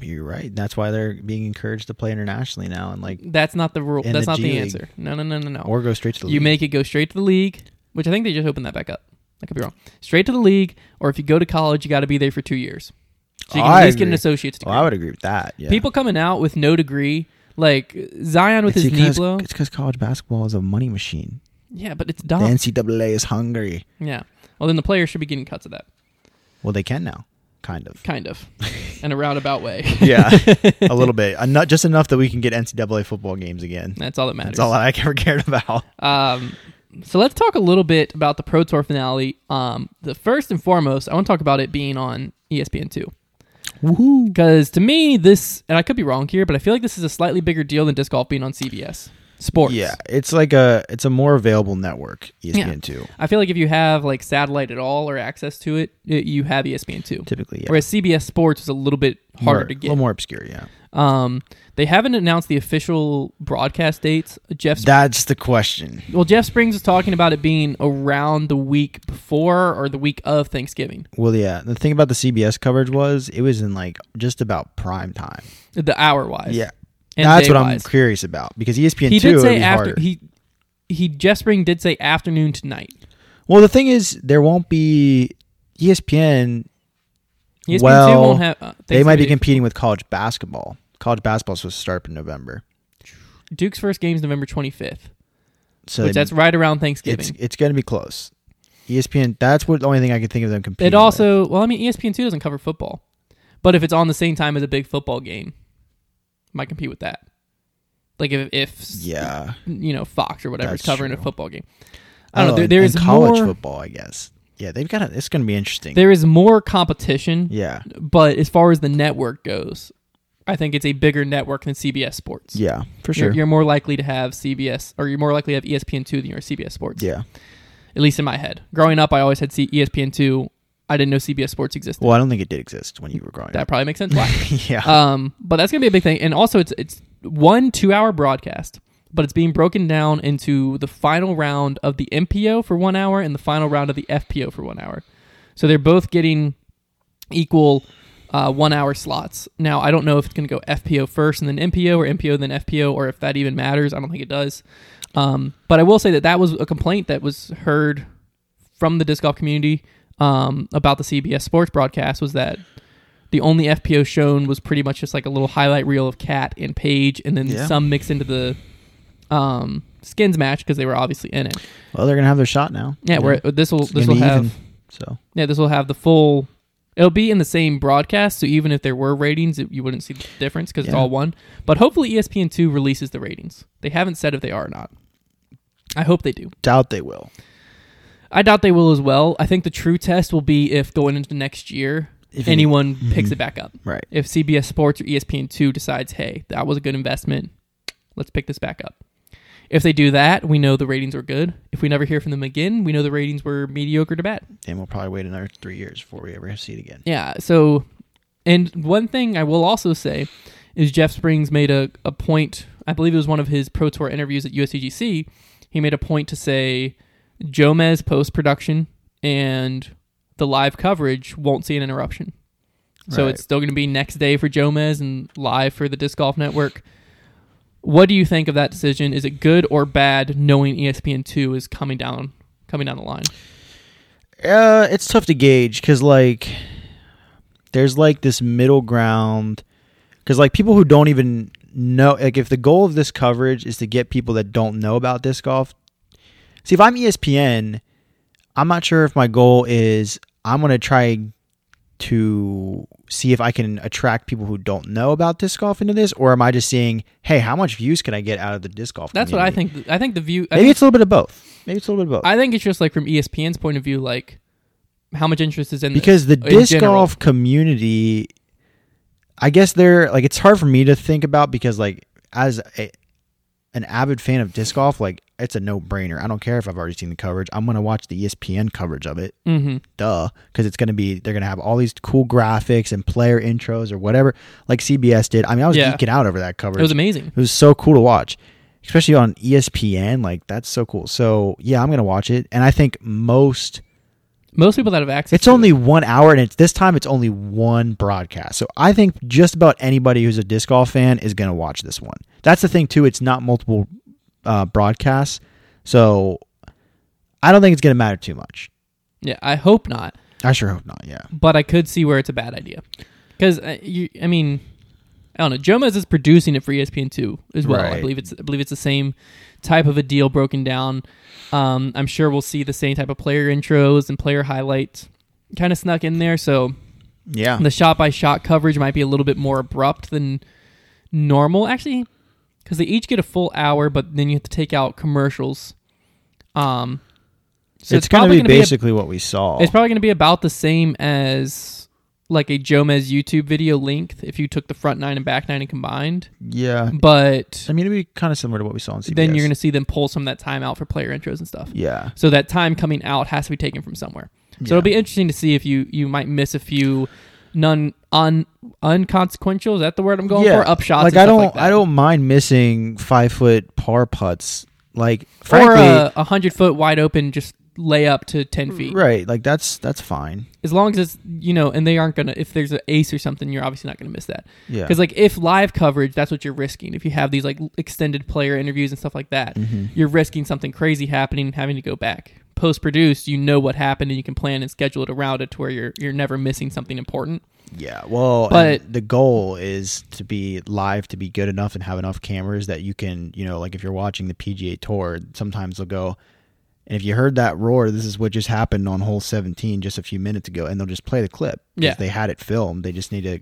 Speaker 2: You're right. That's why they're being encouraged to play internationally now and like
Speaker 1: That's not the rule.
Speaker 2: In
Speaker 1: That's
Speaker 2: the
Speaker 1: not
Speaker 2: G
Speaker 1: the
Speaker 2: League.
Speaker 1: answer. No, no, no, no, no.
Speaker 2: or go straight to the
Speaker 1: you
Speaker 2: league.
Speaker 1: make it go straight to the league, which I think they just opened that back up. I could be wrong. Straight to the league, or if you go to college, you got to be there for two years, so you
Speaker 2: Oh,
Speaker 1: can
Speaker 2: I
Speaker 1: at least get an
Speaker 2: agree.
Speaker 1: associate's
Speaker 2: Oh,
Speaker 1: degree.
Speaker 2: I would agree with that. Yeah.
Speaker 1: People coming out with no degree, like Zion with
Speaker 2: it's
Speaker 1: his knee
Speaker 2: because,
Speaker 1: blow.
Speaker 2: It's because college basketball is a money machine.
Speaker 1: Yeah, but it's
Speaker 2: The
Speaker 1: dumb.
Speaker 2: NCAA is hungry.
Speaker 1: Yeah. Well, then the players should be getting cuts of that,
Speaker 2: Well, they can now, kind of.
Speaker 1: kind of, [laughs] in a roundabout way. [laughs]
Speaker 2: Yeah, a little bit. Enough, just enough that we can get NCAA football games again.
Speaker 1: That's all that matters.
Speaker 2: That's all I ever [laughs] cared about.
Speaker 1: Um, so let's talk a little bit about the Pro Tour finale. Um, the first and foremost, I want to talk about it being on E ESPN two
Speaker 2: Woohoo!
Speaker 1: because to me this, and I could be wrong here, but I feel like this is a slightly bigger deal than disc golf being on CBS Sports.
Speaker 2: Yeah, it's like a it's a more available network. E ESPN two
Speaker 1: I feel like if you have like satellite at all or access to it, it you have E ESPN two.
Speaker 2: typically. Yeah,
Speaker 1: Whereas CBS Sports is a little bit harder
Speaker 2: More-
Speaker 1: to
Speaker 2: A
Speaker 1: get.
Speaker 2: little more obscure. Yeah,
Speaker 1: Um, they haven't announced the official broadcast dates. Jeff
Speaker 2: that's the question.
Speaker 1: Well, Jeff Springs was talking about it being around the week before or the week of Thanksgiving.
Speaker 2: Well, yeah, the thing about the CBS coverage was it was in like just about prime time.
Speaker 1: the hour wise.
Speaker 2: Yeah,
Speaker 1: and
Speaker 2: that's what I'm
Speaker 1: day-wise.
Speaker 2: curious about because E ESPN
Speaker 1: He
Speaker 2: two
Speaker 1: did
Speaker 2: would
Speaker 1: say
Speaker 2: be
Speaker 1: after
Speaker 2: harder.
Speaker 1: he he Jeff Spring did say afternoon tonight.
Speaker 2: well, the thing is, there won't be E ESPN
Speaker 1: ESPN two
Speaker 2: Well,
Speaker 1: won't have. Uh,
Speaker 2: They might be
Speaker 1: Thanksgiving
Speaker 2: competing with college basketball. College basketball's supposed to start up in November,
Speaker 1: Day. Duke's first game is November twenty fifth,
Speaker 2: so
Speaker 1: which
Speaker 2: they-
Speaker 1: that's right around
Speaker 2: it's
Speaker 1: Thanksgiving.
Speaker 2: it's going to be close. E ESPN. That's what the only thing I could think of them competing.
Speaker 1: It also well, I mean E ESPN two doesn't cover football, but if it's on the same time as a big football game, might compete with that. Like if if
Speaker 2: with. yeah,
Speaker 1: you know Fox or whatever is
Speaker 2: That's
Speaker 1: covering
Speaker 2: true.
Speaker 1: a football game. I don't know.
Speaker 2: Oh,
Speaker 1: There,
Speaker 2: and-
Speaker 1: there
Speaker 2: and
Speaker 1: is
Speaker 2: college
Speaker 1: more,
Speaker 2: football. I guess Yeah, they've got to, it's going to be interesting.
Speaker 1: There is more competition,
Speaker 2: yeah.
Speaker 1: but as far as the network goes, I think it's a bigger network than CBS Sports.
Speaker 2: Yeah, for
Speaker 1: You're,
Speaker 2: sure.
Speaker 1: you're more likely to have CBS, or you're more likely to have E ESPN2 than you are CBS Sports.
Speaker 2: yeah.
Speaker 1: At least in my head. Growing up, I always had C- E ESPN2. I didn't know CBS Sports existed.
Speaker 2: Well, I don't think it did exist when you were growing
Speaker 1: that probably makes sense why.
Speaker 2: up. [laughs] yeah.
Speaker 1: um, but that's gonna be a big thing. And also, it's it's one two hour broadcast, but it's being broken down into the final round of the MPO for one hour and the final round of the FPO for one hour. So they're both getting equal uh, one hour slots. Now I don't know if it's gonna go FPO first and then MPO or MPO then FPO or if that even matters. I don't think it does. Um, but I will say that that was a complaint that was heard from the disc golf community um, about the CBS Sports broadcast was that the only FPO shown was pretty much just like a little highlight reel of Cat and Paige, and then
Speaker 2: Yeah.
Speaker 1: some mixed into the um, skins match because they were obviously in it.
Speaker 2: well, they're going to have their shot now.
Speaker 1: Yeah, where this will
Speaker 2: It's
Speaker 1: this
Speaker 2: gonna
Speaker 1: will
Speaker 2: be
Speaker 1: have
Speaker 2: even, so.
Speaker 1: yeah this will have the full. It'll be in the same broadcast, so even if there were ratings, it, you wouldn't see the difference because it's
Speaker 2: Yeah.
Speaker 1: all one. But hopefully, E ESPN two releases the ratings. They haven't said if they are or not. I hope they do.
Speaker 2: Doubt they will.
Speaker 1: I doubt they will as well. I think the true test will be if going into next year,
Speaker 2: If
Speaker 1: if
Speaker 2: it-
Speaker 1: anyone picks it back up.
Speaker 2: Right.
Speaker 1: If CBS Sports or E ESPN2 decides, hey, that was a good investment, let's pick this back up. If they do that, we know the ratings were good. If we never hear from them again, we know the ratings were mediocre to bad.
Speaker 2: And we'll probably wait another three years before we ever see it again.
Speaker 1: Yeah. So, and one thing I will also say is Jeff Springs made a, a point. I believe it was one of his Pro Tour interviews at USCGC. He made a point to say Jomez post production and the live coverage won't see an interruption. So
Speaker 2: Right.
Speaker 1: it's still going to be next day for Jomez and live for the Disc Golf Network. What do you think of that decision? Is it good or bad knowing E ESPN2 is coming down coming down the line?
Speaker 2: Uh, it's tough to gauge because like there's like this middle ground because like people who don't even know like if the goal of this coverage is to get people that don't know about disc golf. See, if I'm E ESPN, I'm not sure if my goal is I'm gonna try to see if I can attract people who don't know about disc golf into this, or am I just seeing, hey, how much views can I get out of the disc golf?
Speaker 1: That's what I
Speaker 2: community?
Speaker 1: think. I think the view. I
Speaker 2: Maybe it's a little bit of both. Maybe it's a little bit of both.
Speaker 1: I think it's just like from E ESPN's point of view, like how much interest is in this.
Speaker 2: because the
Speaker 1: in
Speaker 2: disc
Speaker 1: general.
Speaker 2: golf community i guess they're like it's hard for me to think about because like as a, an avid fan of disc golf like it's a no-brainer i don't care if i've already seen the coverage i'm going to watch the E espn coverage of it
Speaker 1: Mhm.
Speaker 2: duh because it's going to be they're going to have all these cool graphics and player intros or whatever like cbs did i mean i was
Speaker 1: Yeah.
Speaker 2: geeking out over that coverage
Speaker 1: it was amazing.
Speaker 2: it was so cool to watch, especially on E ESPN. Like that's so cool. So yeah, I'm gonna watch it, and I think most
Speaker 1: Most people that have access.
Speaker 2: it's
Speaker 1: to it-
Speaker 2: only one hour, and it's this time it's only one broadcast. So I think just about anybody who's a disc golf fan is gonna watch this one. That's the thing too. It's not multiple uh, broadcasts, so I don't think it's gonna matter too much.
Speaker 1: Yeah, I hope not,
Speaker 2: I sure hope not. Yeah,
Speaker 1: but I could see where it's a bad idea. Because uh, you, I mean, I don't know. Jomez is producing it for E ESPN two as well. I
Speaker 2: Right.
Speaker 1: believe it's. I believe it's the same type of a deal broken down. Um, I'm sure we'll see the same type of player intros and player highlights kind of snuck in there. So
Speaker 2: yeah.
Speaker 1: the shot by shot coverage might be a little bit more abrupt than normal actually because they each get a full hour but then you have to take out commercials um so
Speaker 2: it's, gonna be
Speaker 1: probably gonna
Speaker 2: basically what we saw.
Speaker 1: a- it's probably going to be about the same as like a jomez youtube video length if you took the front nine and back nine and combined
Speaker 2: yeah,
Speaker 1: but
Speaker 2: I mean it'd be kind of similar to what we saw on CBS.
Speaker 1: then you're going to see them pull some of that time out for player intros and stuff
Speaker 2: yeah.
Speaker 1: so that time coming out has to be taken from somewhere. So it'll be interesting to see if you you might miss a few none un unconsequential. Is that the word I'm going for? Upshots.
Speaker 2: Like
Speaker 1: and
Speaker 2: I
Speaker 1: stuff
Speaker 2: don't,
Speaker 1: like that.
Speaker 2: I don't mind missing five foot par putts. Like
Speaker 1: Or uh,
Speaker 2: frankly,
Speaker 1: a- a hundred foot wide open just lay up to ten feet.
Speaker 2: right? Like that's that's fine.
Speaker 1: As long as it's you know, and they aren't gonna. If there's an ace or something, you're obviously not gonna miss that.
Speaker 2: Yeah.
Speaker 1: Because like if live coverage, that's what you're risking. If you have these like extended player interviews and stuff like that,
Speaker 2: Mm.
Speaker 1: you're risking something crazy happening and having to go back. Post produced, you know what happened, and you can plan and schedule it around it to where you're you're never missing something important.
Speaker 2: yeah. Well,
Speaker 1: But-
Speaker 2: and the goal is to be live, to be good enough, and have enough cameras that you can, you know, like if you're watching the PGA Tour, sometimes they'll go. And if you heard that roar, this is what just happened on hole 17 just a few minutes ago, and they'll just play the clip. 'Cause
Speaker 1: Yeah.
Speaker 2: they had it filmed. They just need to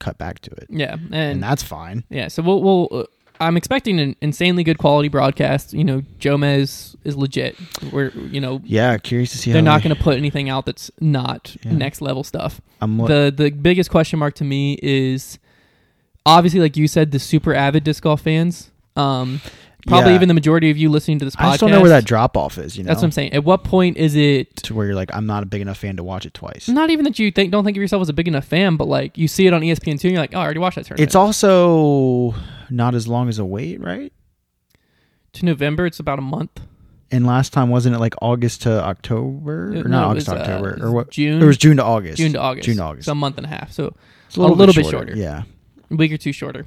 Speaker 2: cut back to it,
Speaker 1: Yeah, and,
Speaker 2: and that's fine.
Speaker 1: yeah, so we'll we'll uh, I'm expecting an insanely good quality broadcast. You know, Jomez is legit. We're you know
Speaker 2: Yeah, curious to see
Speaker 1: they're
Speaker 2: how
Speaker 1: not
Speaker 2: they-
Speaker 1: going to put anything out that's not
Speaker 2: Yeah.
Speaker 1: next level stuff.
Speaker 2: I'm lo-
Speaker 1: the the biggest question mark to me is obviously like you said the super avid disc golf fans. Um, probably
Speaker 2: Yeah.
Speaker 1: even the majority of you listening to this podcast.
Speaker 2: I just don't know where that drop off is. You know,
Speaker 1: That's what I'm saying. At what point is it
Speaker 2: to where you're like, I'm not a big enough fan to watch it twice.
Speaker 1: not even that you think don't think of yourself as a big enough fan, but like you see it on ESPN two, and you're like, oh, I already watched that tournament.
Speaker 2: It's also not as long as a wait, right?
Speaker 1: to November. It's about a month.
Speaker 2: And last time wasn't it like August to October,
Speaker 1: Uh,
Speaker 2: or not
Speaker 1: no, it
Speaker 2: August
Speaker 1: was,
Speaker 2: to
Speaker 1: uh,
Speaker 2: October,
Speaker 1: it
Speaker 2: or
Speaker 1: was
Speaker 2: what?
Speaker 1: June.
Speaker 2: It was June to August.
Speaker 1: June to August.
Speaker 2: June to August.
Speaker 1: So a month and a half. So
Speaker 2: It's
Speaker 1: a little bit shorter.
Speaker 2: Yeah,
Speaker 1: a week or two shorter.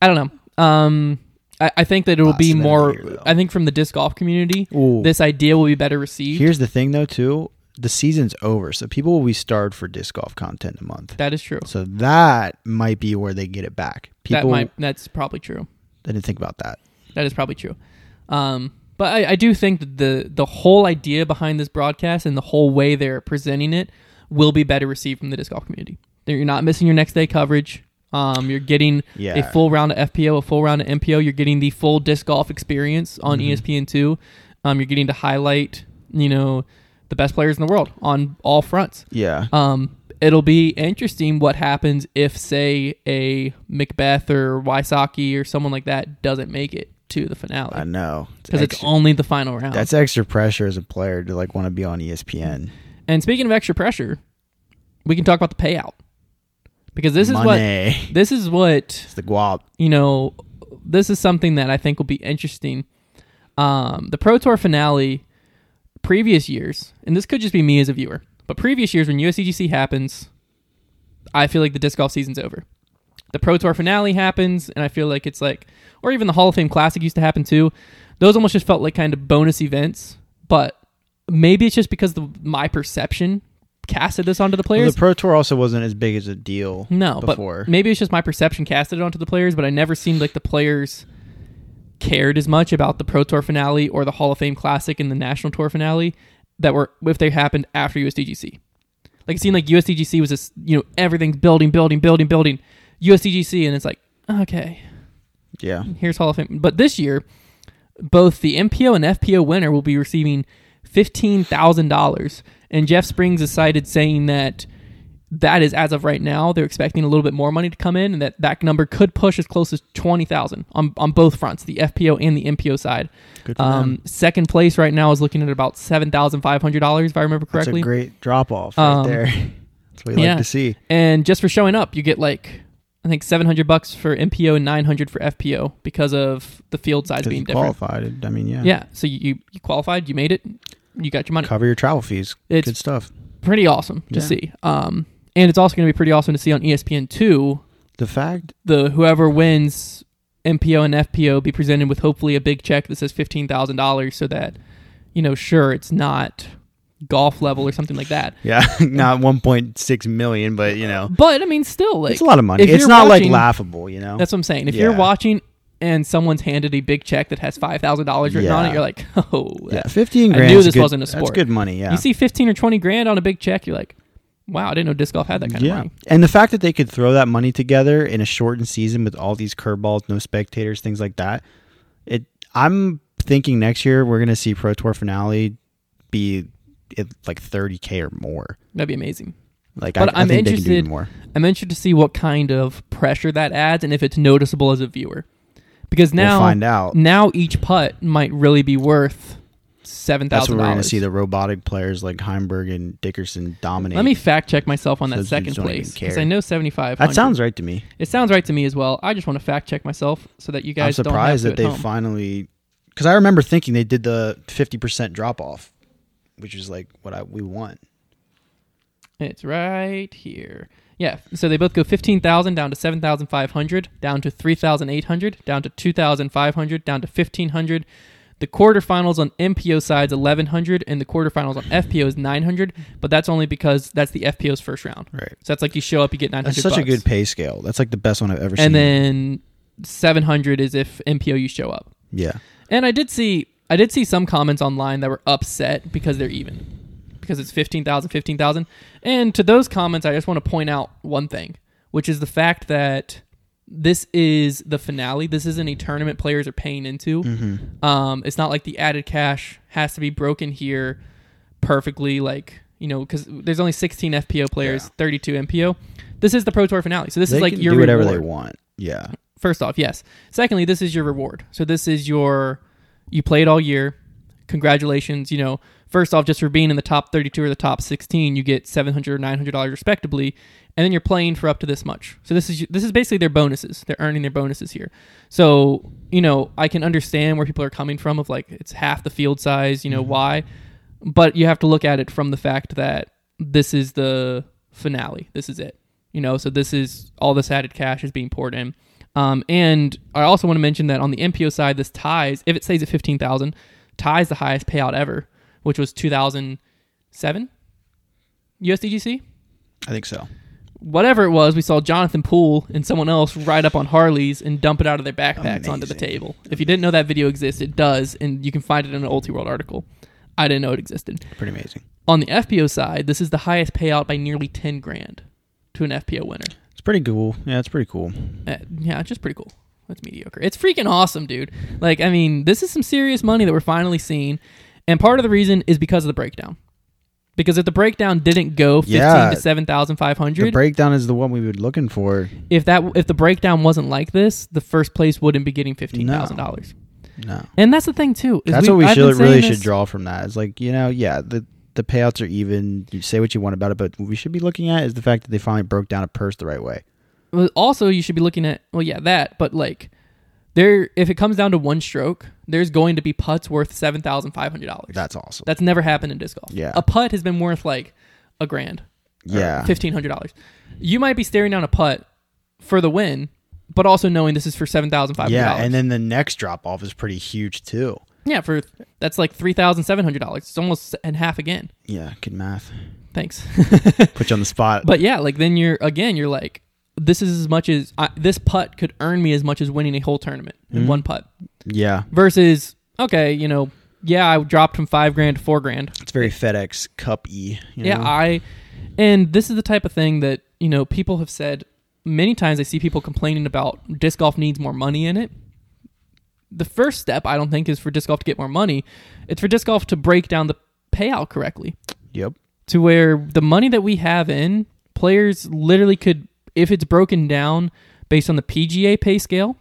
Speaker 1: I don't know. Um, I, I think that it will
Speaker 2: Lots
Speaker 1: be
Speaker 2: of men
Speaker 1: more.
Speaker 2: here, though.
Speaker 1: I think from the disc golf community,
Speaker 2: Ooh.
Speaker 1: this idea will be better received.
Speaker 2: Here's the thing, though, too. The season's over, so people will be starved for disc golf content a month.
Speaker 1: that is true.
Speaker 2: so that might be where they get it back. People
Speaker 1: that might. That's probably true.
Speaker 2: I didn't think about that.
Speaker 1: That is probably true. Um, but I, I do think that the the whole idea behind this broadcast and the whole way they're presenting it will be better received from the disc golf community. That You're not missing your next day coverage. Um, you're getting
Speaker 2: Yeah.
Speaker 1: a full round of FPO, a full round of MPO. You're getting the full disc golf experience on
Speaker 2: Mm-hmm.
Speaker 1: E ESPN two. Um, you're getting to highlight, you know, the best players in the world on all fronts.
Speaker 2: Yeah.
Speaker 1: Um, it'll be interesting what happens if, say, a Macbeth or Wysocki or someone like that doesn't make it to the
Speaker 2: I
Speaker 1: finale
Speaker 2: know.
Speaker 1: because it's
Speaker 2: extra-
Speaker 1: only the final round.
Speaker 2: that's extra pressure as a player to like want to be on E ESPN.
Speaker 1: and speaking of extra pressure, we can talk about the payout because this is what
Speaker 2: Money.
Speaker 1: this is what
Speaker 2: It's the guap.
Speaker 1: you know, this is something that I think will be interesting. Um, the Pro Tour finale, previous years, and this could just be me as a viewer, but previous years when USCGC happens, I feel like the disc golf season's over. The Pro Tour finale happens, and I feel like it's like, or even the Hall of Fame Classic used to happen too. Those almost just felt like kind of bonus events, but maybe it's just because the, my perception casted this onto the
Speaker 2: Well,
Speaker 1: players.
Speaker 2: the Pro Tour also wasn't as big as a deal.
Speaker 1: No,
Speaker 2: before.
Speaker 1: but maybe it's just my perception casted it onto the players, but I never seemed like the players cared as much about the Pro Tour finale or the Hall of Fame Classic and the National Tour finale that were if they happened after USDGC. Like it seemed like USDGC was just you know everything's building, building, building, building USDGC, and it's like okay,
Speaker 2: yeah.
Speaker 1: here's Hall of Fame. But this year, both the MPO and FPO winner will be receiving fifteen thousand dollars. And Jeff Springs is cited saying that that is as of right now. They're expecting a little bit more money to come in, and that that number could push as close as twenty thousand on on both fronts, the FPO and the MPO side.
Speaker 2: Good for them.
Speaker 1: Um, second place right now is looking at about seven thousand five hundred dollars, if I remember
Speaker 2: That's
Speaker 1: correctly.
Speaker 2: a great drop off right
Speaker 1: Um,
Speaker 2: there. [laughs] That's what we
Speaker 1: yeah.
Speaker 2: like to see.
Speaker 1: and just for showing up, you get like. I think 700 bucks for MPO and 900 for FPO because of the field size
Speaker 2: Because
Speaker 1: being
Speaker 2: you
Speaker 1: different.
Speaker 2: qualified. I mean, yeah.
Speaker 1: Yeah. So you, you, you qualified, you made it, you got your money.
Speaker 2: Cover your travel fees.
Speaker 1: It's-
Speaker 2: Good stuff.
Speaker 1: Pretty awesome to
Speaker 2: Yeah.
Speaker 1: see. Um, and it's also going to be pretty awesome to see on E ESPN two
Speaker 2: The fact
Speaker 1: the whoever wins MPO and FPO be presented with hopefully a big check that says fifteen thousand dollars, so that you know, sure, it's not golf level or something like that.
Speaker 2: Yeah, [laughs] not 1.6 million, but you know,
Speaker 1: But I mean, still, like
Speaker 2: it's a lot of money.
Speaker 1: if
Speaker 2: It's
Speaker 1: you're
Speaker 2: not like
Speaker 1: watching-
Speaker 2: laughable, you know.
Speaker 1: That's what I'm saying. If you're
Speaker 2: Yeah.
Speaker 1: watching and someone's handed a big check that has five thousand dollars written on it,
Speaker 2: Yeah.
Speaker 1: you're like, [laughs] oh,
Speaker 2: yeah, 15
Speaker 1: I
Speaker 2: grand.
Speaker 1: knew
Speaker 2: is
Speaker 1: this
Speaker 2: good-
Speaker 1: wasn't a
Speaker 2: That's
Speaker 1: sport.
Speaker 2: good money. Yeah,
Speaker 1: You see fifteen or twenty grand on a big check, you're like, wow, I didn't know disc golf had that kind
Speaker 2: yeah,
Speaker 1: of money.
Speaker 2: and the fact that they could throw that money together in a shortened season with all these curveballs, no spectators, things like that. It. I'm thinking next year we're gonna see Pro Tour finale be at like 30k or more.
Speaker 1: That'd be amazing.
Speaker 2: Like,
Speaker 1: But
Speaker 2: I, I
Speaker 1: I'm
Speaker 2: think they can
Speaker 1: interested-
Speaker 2: do even more.
Speaker 1: I'm interested to see what kind of pressure that adds and if it's noticeable as a viewer. Because now
Speaker 2: we'll find out.
Speaker 1: now each putt might really be worth seven
Speaker 2: That's
Speaker 1: thousand
Speaker 2: what we're gonna
Speaker 1: dollars.
Speaker 2: see the robotic players like Heimberg and Dickerson dominate.
Speaker 1: Let me fact check myself on that
Speaker 2: Those dudes
Speaker 1: second
Speaker 2: don't even
Speaker 1: place
Speaker 2: care.
Speaker 1: because I know seventy five.
Speaker 2: that sounds right to me.
Speaker 1: It sounds right to me as well. I just want to fact check myself so that you guys.
Speaker 2: I'm surprised
Speaker 1: don't have to
Speaker 2: that they
Speaker 1: at home.
Speaker 2: finally, because I remember thinking they did the 50% drop off, which is like what I we want.
Speaker 1: It's right here. Yeah, so they both go 15,000 down to 7,500, down to 3,800, down to 2,500, down to 1,500. The quarterfinals on MPO side's 1,100, and the quarterfinals on FPO is 900, but that's only because that's the FPO's first round.
Speaker 2: Right.
Speaker 1: So that's like you show up, you get 900
Speaker 2: That's such a
Speaker 1: bucks.
Speaker 2: good pay scale. That's like the best one I've ever seen.
Speaker 1: And then 700 is if MPO you show up.
Speaker 2: yeah,
Speaker 1: And I did see I did see some comments online that were upset because they're even. Because it's 15,000 15,000. And to those comments I just want to point out one thing, which is the fact that this is the finale. This isn't a tournament players are paying into.
Speaker 3: Mm-hmm.
Speaker 1: Um, it's not like the added cash has to be broken here perfectly. Like you know, because there's only 16 FPO players, 32 MPO. This is the Pro Tour finale. So this
Speaker 3: they
Speaker 1: is like
Speaker 3: can
Speaker 1: your
Speaker 3: do whatever
Speaker 1: reward
Speaker 3: they want. Yeah.
Speaker 1: first off, yes. Secondly, this is your reward. So this is your you played all year. Congratulations, you know, first off just for being in the top 32 or the top 16, you get 700 or 900 dollars respectively, and then you're playing for up to this much. So this is this is basically their bonuses. They're earning their bonuses here. So, you know, I can understand where people are coming from of like it's half the field size, you know, why? But you have to look at it from the fact that this is the finale. This is it. You know, so this is all this added cash is being poured in. Um, and I also want to mention that on the MPO side, this ties if it stays at fifteen thousand, ties the highest payout ever, which was two thousand seven USDGC.
Speaker 2: I think so.
Speaker 1: Whatever it was, we saw Jonathan Poole and someone else ride up on Harleys and dump it out of their backpacks onto the
Speaker 3: Amazing.
Speaker 1: table. If you didn't know that video exists, it does, and you can find it in an Ulti World article. I didn't know it existed.
Speaker 2: Pretty amazing.
Speaker 1: On the FPO side, this is the highest payout by nearly ten grand to an FPO winner.
Speaker 2: It's pretty cool. Yeah, it's pretty cool.
Speaker 3: Hmm.
Speaker 1: Uh, yeah, it's just pretty cool. That's mediocre. It's freaking awesome, dude. Like, I mean, this is some serious money that we're finally seeing. And part of the reason is because of the breakdown. Because if the breakdown didn't go 15
Speaker 3: Yeah.
Speaker 1: to
Speaker 3: The
Speaker 1: 7,500,
Speaker 3: breakdown is the one we were looking for.
Speaker 1: if that if the breakdown wasn't like this, the first place wouldn't be getting $15,000.
Speaker 3: No.
Speaker 1: And that's the thing too. is
Speaker 3: That's what we
Speaker 1: I've been
Speaker 3: should really
Speaker 1: saying
Speaker 3: should
Speaker 1: this-
Speaker 3: draw from that. It's like you know, yeah, the the payouts are even. You say what you want about it, but what we should be looking at is the fact that they finally broke down a purse the right way.
Speaker 1: Well, also you should be looking at well yeah that but like there if it comes down to one stroke there's going to be putts worth seven thousand five hundred dollars
Speaker 3: That's awesome.
Speaker 1: that's never happened in disc golf
Speaker 3: Yeah.
Speaker 1: a putt has been worth like a grand
Speaker 3: yeah,
Speaker 1: fifteen hundred dollars. You might be staring down a putt for the win, but also knowing this is for seven thousand five hundred
Speaker 3: yeah,
Speaker 1: dollars.
Speaker 3: and then the next drop off is pretty huge too.
Speaker 1: yeah, for that's like three thousand seven hundred dollars. It's almost and half again.
Speaker 3: Yeah, good math. [laughs]
Speaker 1: Thanks.
Speaker 3: Put you on the spot.
Speaker 1: but yeah, like then you're again, you're like, this is as much as I, this putt could earn me as much as winning a whole tournament
Speaker 3: Mm-hmm.
Speaker 1: in one putt.
Speaker 3: yeah,
Speaker 1: Versus, okay, you know, yeah, I dropped from five grand to four grand.
Speaker 3: it's very FedEx Cup e. You
Speaker 1: yeah
Speaker 3: know?
Speaker 1: i and this is the type of thing that you know people have said many times i see people complaining about disc golf needs more money in it the first step i don't think is for disc golf to get more money it's for disc golf to break down the payout correctly
Speaker 3: yep.
Speaker 1: to where the money that we have in players literally could if it's broken down based on the PGA pay scale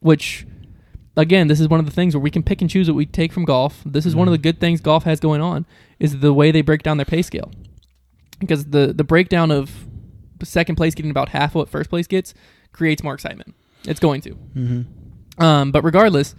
Speaker 1: which again this is one of the things where we can pick and choose what we take from golf this is one of the good things golf has going on is the way they break down their pay scale because the the breakdown of second place getting about half what first place gets creates more excitement it's going to
Speaker 3: Mm-hmm.
Speaker 1: um, but regardless,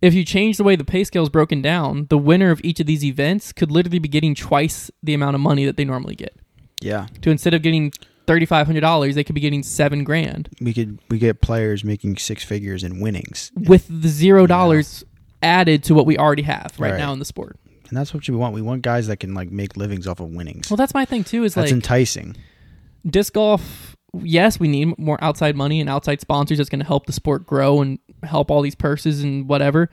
Speaker 1: if you change the way the pay scale is broken down, the winner of each of these events could literally be getting twice the amount of money that they normally get.
Speaker 3: Yeah,
Speaker 1: To instead of getting thirty five hundred dollars, they could be getting seven grand
Speaker 3: we could we get players making six figures in winnings,
Speaker 1: with the zero dollars added to what we already have right,
Speaker 3: Right.
Speaker 1: now in the sport.
Speaker 3: and that's what we want. We want guys that can like make livings off of winnings.
Speaker 1: Well, that's my thing too. Is
Speaker 3: that's
Speaker 1: like
Speaker 3: enticing.
Speaker 1: disc golf. Yes, we need more outside money and outside sponsors that's going to help the sport grow and help all these purses and whatever.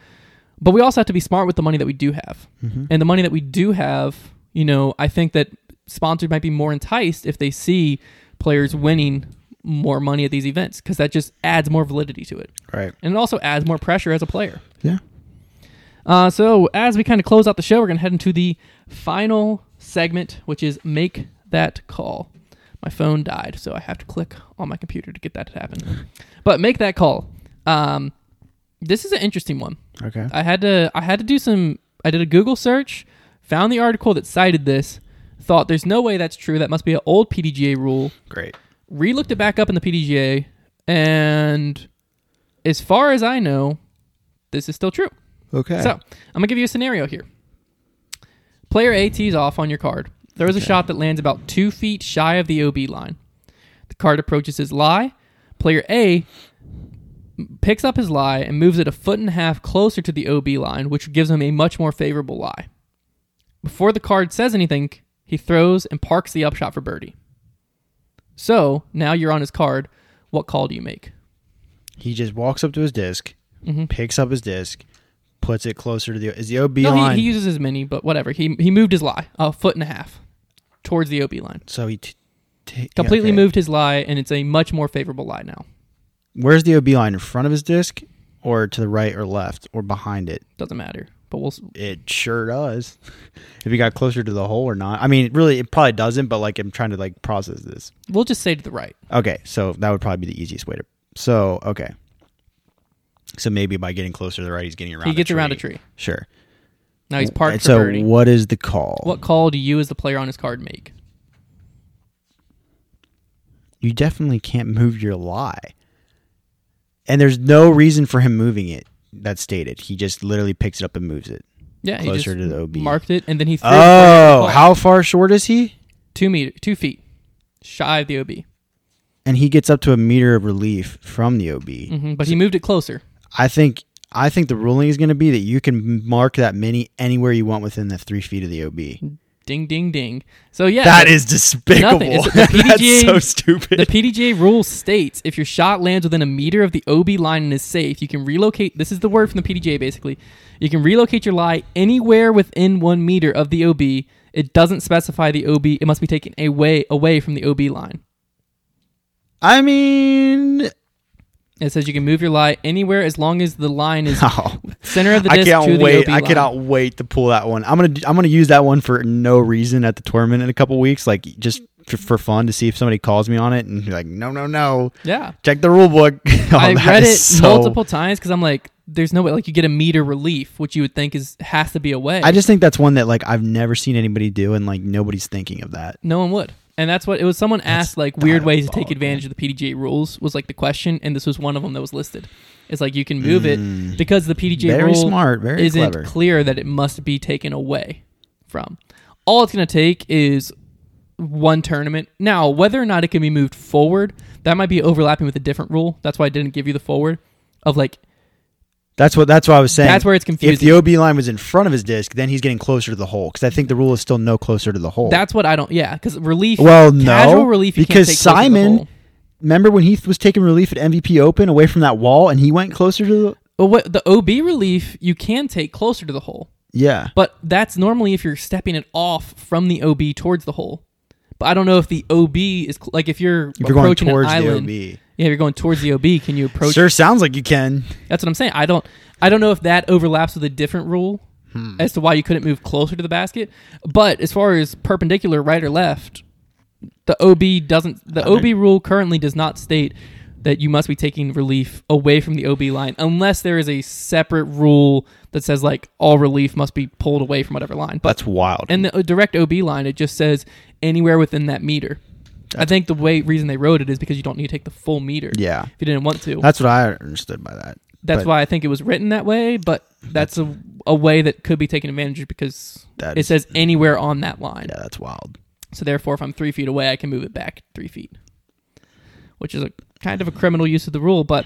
Speaker 1: But we also have to be smart with the money that we do have.
Speaker 3: Mm-hmm.
Speaker 1: and the money that we do have, you know, I think that sponsors might be more enticed if they see players winning more money at these events because that just adds more validity to it,
Speaker 3: Right.
Speaker 1: and it also adds more pressure as a player.
Speaker 3: Yeah.
Speaker 1: Uh, so as we kind of close out the show, we're gonna head into the final segment, which is make that call. My phone died, so I have to click on my computer to get that to happen. But make that call. Um, this is an interesting one.
Speaker 3: Okay.
Speaker 1: I had to I had to do some I did a Google search, found the article that cited this, thought there's no way that's true. That must be an old PDGA rule.
Speaker 3: Great.
Speaker 1: Relooked it back up in the PDGA and as far as I know, this is still true.
Speaker 3: Okay.
Speaker 1: So, I'm going to give you a scenario here. Player A tees off on your card. There is a shot that lands about 2 feet shy of the OB line. The card approaches his lie. Player A picks up his lie and moves it a foot and a half closer to the OB line, which gives him a much more favorable lie. Before the card says anything, he throws and parks the upshot for birdie. So now you're on his card. What call do you make?
Speaker 3: He just walks up to his disc,
Speaker 1: Mhm.
Speaker 3: picks up his disc, puts it closer to the is the OB
Speaker 1: No,
Speaker 3: line.
Speaker 1: he, he uses his mini, but whatever. He he moved his lie a foot and a half towards the OB line.
Speaker 3: so he t- t-
Speaker 1: Completely
Speaker 3: okay.
Speaker 1: moved his lie, and it's a much more favorable lie now.
Speaker 2: Where's the OB line? In front of his disc, or to the right or left, or behind it?
Speaker 1: Doesn't matter. But we'll s-
Speaker 2: It sure does. [laughs] if you got closer to the hole or not. I mean, really, it probably doesn't. But like, I'm trying to like process this.
Speaker 1: we'll just say to the right.
Speaker 2: Okay, so that would probably be the easiest way to. So okay. So maybe by getting closer to the right, he's getting around.
Speaker 1: he gets around a tree.
Speaker 2: Sure.
Speaker 1: Now he's parked
Speaker 2: And
Speaker 1: for
Speaker 2: so
Speaker 1: birdie.
Speaker 2: what is the call?
Speaker 1: what call do you as the player on his card make?
Speaker 2: you definitely can't move your lie. And there's no reason for him moving it. That's stated. He just literally picks it up and moves it.
Speaker 1: Yeah, he
Speaker 2: Closer
Speaker 1: just
Speaker 2: to the OB.
Speaker 1: marked it, and then he threw it towards
Speaker 2: Oh,
Speaker 1: the call.
Speaker 2: how far short is he?
Speaker 1: two meter, two feet shy of the OB.
Speaker 2: And he gets up to a meter of relief from the OB.
Speaker 4: Mm.
Speaker 1: hmm but he moved it closer.
Speaker 2: I think I think the ruling is going to be that you can mark that mini anywhere you want within the three feet of the OB.
Speaker 1: Ding, ding, ding. So yeah,
Speaker 4: That
Speaker 1: the-
Speaker 4: is despicable.
Speaker 1: Nothing. It's- the PDGA
Speaker 4: That's
Speaker 2: [laughs]
Speaker 4: so stupid.
Speaker 1: The PDJ rule states if your shot lands within a meter of the OB line and is safe, you can relocate. This is the word from the PDJ basically. You can relocate your lie anywhere within one meter of the OB. It doesn't specify the OB. It must be taken away away from the OB line.
Speaker 2: I mean,
Speaker 1: It says you can move your lie anywhere as long as the line
Speaker 2: [laughs]
Speaker 1: is
Speaker 2: oh,
Speaker 1: center of the
Speaker 2: I
Speaker 1: disc to
Speaker 2: can't
Speaker 1: the
Speaker 2: wait.
Speaker 1: OB
Speaker 2: I
Speaker 1: line.
Speaker 2: cannot wait to pull that one. I'm gonna d- I'm gonna use that one for no reason at the tournament in a couple weeks, like just for, for fun to see if somebody calls me on it and be like, no, no, no,
Speaker 1: Yeah,
Speaker 2: check the rule book. [laughs] Oh,
Speaker 1: I
Speaker 2: that
Speaker 1: read it
Speaker 2: is so-
Speaker 1: multiple times because I'm like, there's no way. Like you get a meter relief, which you would think is has to be away.
Speaker 2: I just think that's one that like I've never seen anybody do, and like nobody's thinking of that.
Speaker 1: No one would. And that's what it was. Someone asked like weird ways to take advantage of the PDJ rules was like the question, and this was one of them that was listed. It's like you can move it because the PDJ
Speaker 2: Mm. Very
Speaker 1: rule
Speaker 2: smart, very
Speaker 1: isn't
Speaker 2: clever.
Speaker 1: clear that it must be taken away from. All it's going to take is one tournament. Now, whether or not it can be moved forward, that might be overlapping with a different rule. That's why I didn't give you the forward of like
Speaker 2: That's what that's what I was saying.
Speaker 1: That's where it's
Speaker 2: If the
Speaker 1: confusing.
Speaker 2: OB line was in front of his disc, then he's getting closer to the hole because I think the rule is still no closer to the hole.
Speaker 1: that's what I don't. Yeah, because relief.
Speaker 2: well, no,
Speaker 1: casual relief you
Speaker 2: because
Speaker 1: can't take closer to the
Speaker 2: Simon.
Speaker 1: hole.
Speaker 2: Remember when he th- was taking relief at MVP Open away from that wall, and he went closer to the
Speaker 1: But what the OB relief you can take closer to the hole.
Speaker 2: yeah.
Speaker 1: But that's normally if you're stepping it off from the OB towards the hole. But I don't know if the OB is cl- like if you're
Speaker 2: If you're going
Speaker 1: approaching
Speaker 2: towards
Speaker 1: an
Speaker 2: the
Speaker 1: island.
Speaker 2: OB.
Speaker 1: Yeah, if you're going towards the OB. Can you approach?
Speaker 2: Sure, sounds like you can.
Speaker 1: That's what I'm saying. I don't. I don't know if that overlaps with a different rule
Speaker 2: Hmm.
Speaker 1: as to why you couldn't move closer to the basket. But as far as perpendicular, right or left, the OB doesn't. The OB rule currently does not state that you must be taking relief away from the OB line unless there is a separate rule that says like all relief must be pulled away from whatever line. But
Speaker 2: That's wild.
Speaker 1: and the uh, direct OB line, it just says anywhere within that meter. I think the way reason they wrote it is because you don't need to take the full meter.
Speaker 2: Yeah.
Speaker 1: If you didn't want to.
Speaker 2: That's what I understood by that.
Speaker 1: That's
Speaker 2: but-
Speaker 1: why I think it was written that way, but that's a, a way that could be taken advantage of because
Speaker 2: That
Speaker 1: it
Speaker 2: is-
Speaker 1: says anywhere on that line.
Speaker 2: Yeah, that's wild.
Speaker 1: So therefore, if I'm three feet away, I can move it back three feet, which is a kind of a criminal use of the rule, but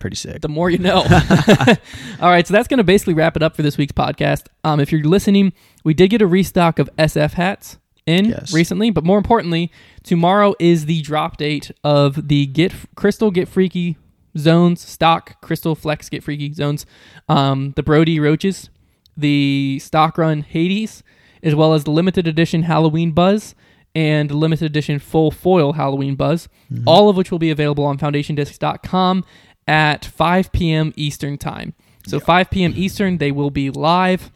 Speaker 2: Pretty sick.
Speaker 1: the more you
Speaker 2: [laughs]
Speaker 1: know. [laughs] All right, so that's going to basically wrap it up for this week's podcast. Um, if you're listening, we did get a restock of SF hats in
Speaker 2: Yes.
Speaker 1: recently, but more importantly, tomorrow is the drop date of the Get Crystal Get Freaky zones stock Crystal Flex Get Freaky zones, um, the Brody Roaches, the stock run Hades, as well as the limited edition Halloween Buzz. And the limited edition full foil Halloween Buzz, all of which will be available on foundationdiscs.com at 5 p.m. Eastern time. So 5 p.m. Eastern, they will be live.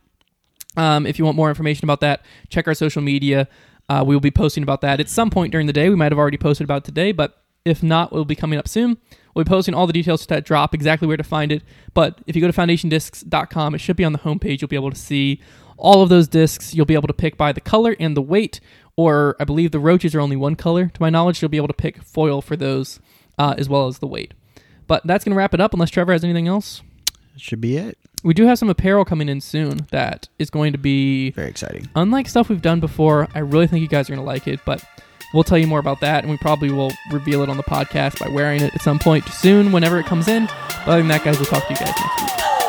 Speaker 1: Um, if you want more information about that, check our social media. Uh, we will be posting about that at some point during the day. We might have already posted about it today, but if not, we'll be coming up soon. We'll be posting all the details to that drop, exactly where to find it. But if you go to foundationdiscs.com, it should be on the homepage. You'll be able to see all of those discs. You'll be able to pick by the color and the weight, or I believe the roaches are only one color. To my knowledge, you'll be able to pick foil for those uh, as well as the weight. But that's going to wrap it up unless Trevor has anything else.
Speaker 2: Should be it.
Speaker 1: We do have some apparel coming in soon that is going to be
Speaker 2: Very exciting.
Speaker 1: unlike stuff we've done before. I really think you guys are going to like it, but we'll tell you more about that and we probably will reveal it on the podcast by wearing it at some point soon whenever it comes in. But other than that, guys, we'll talk to you guys next week.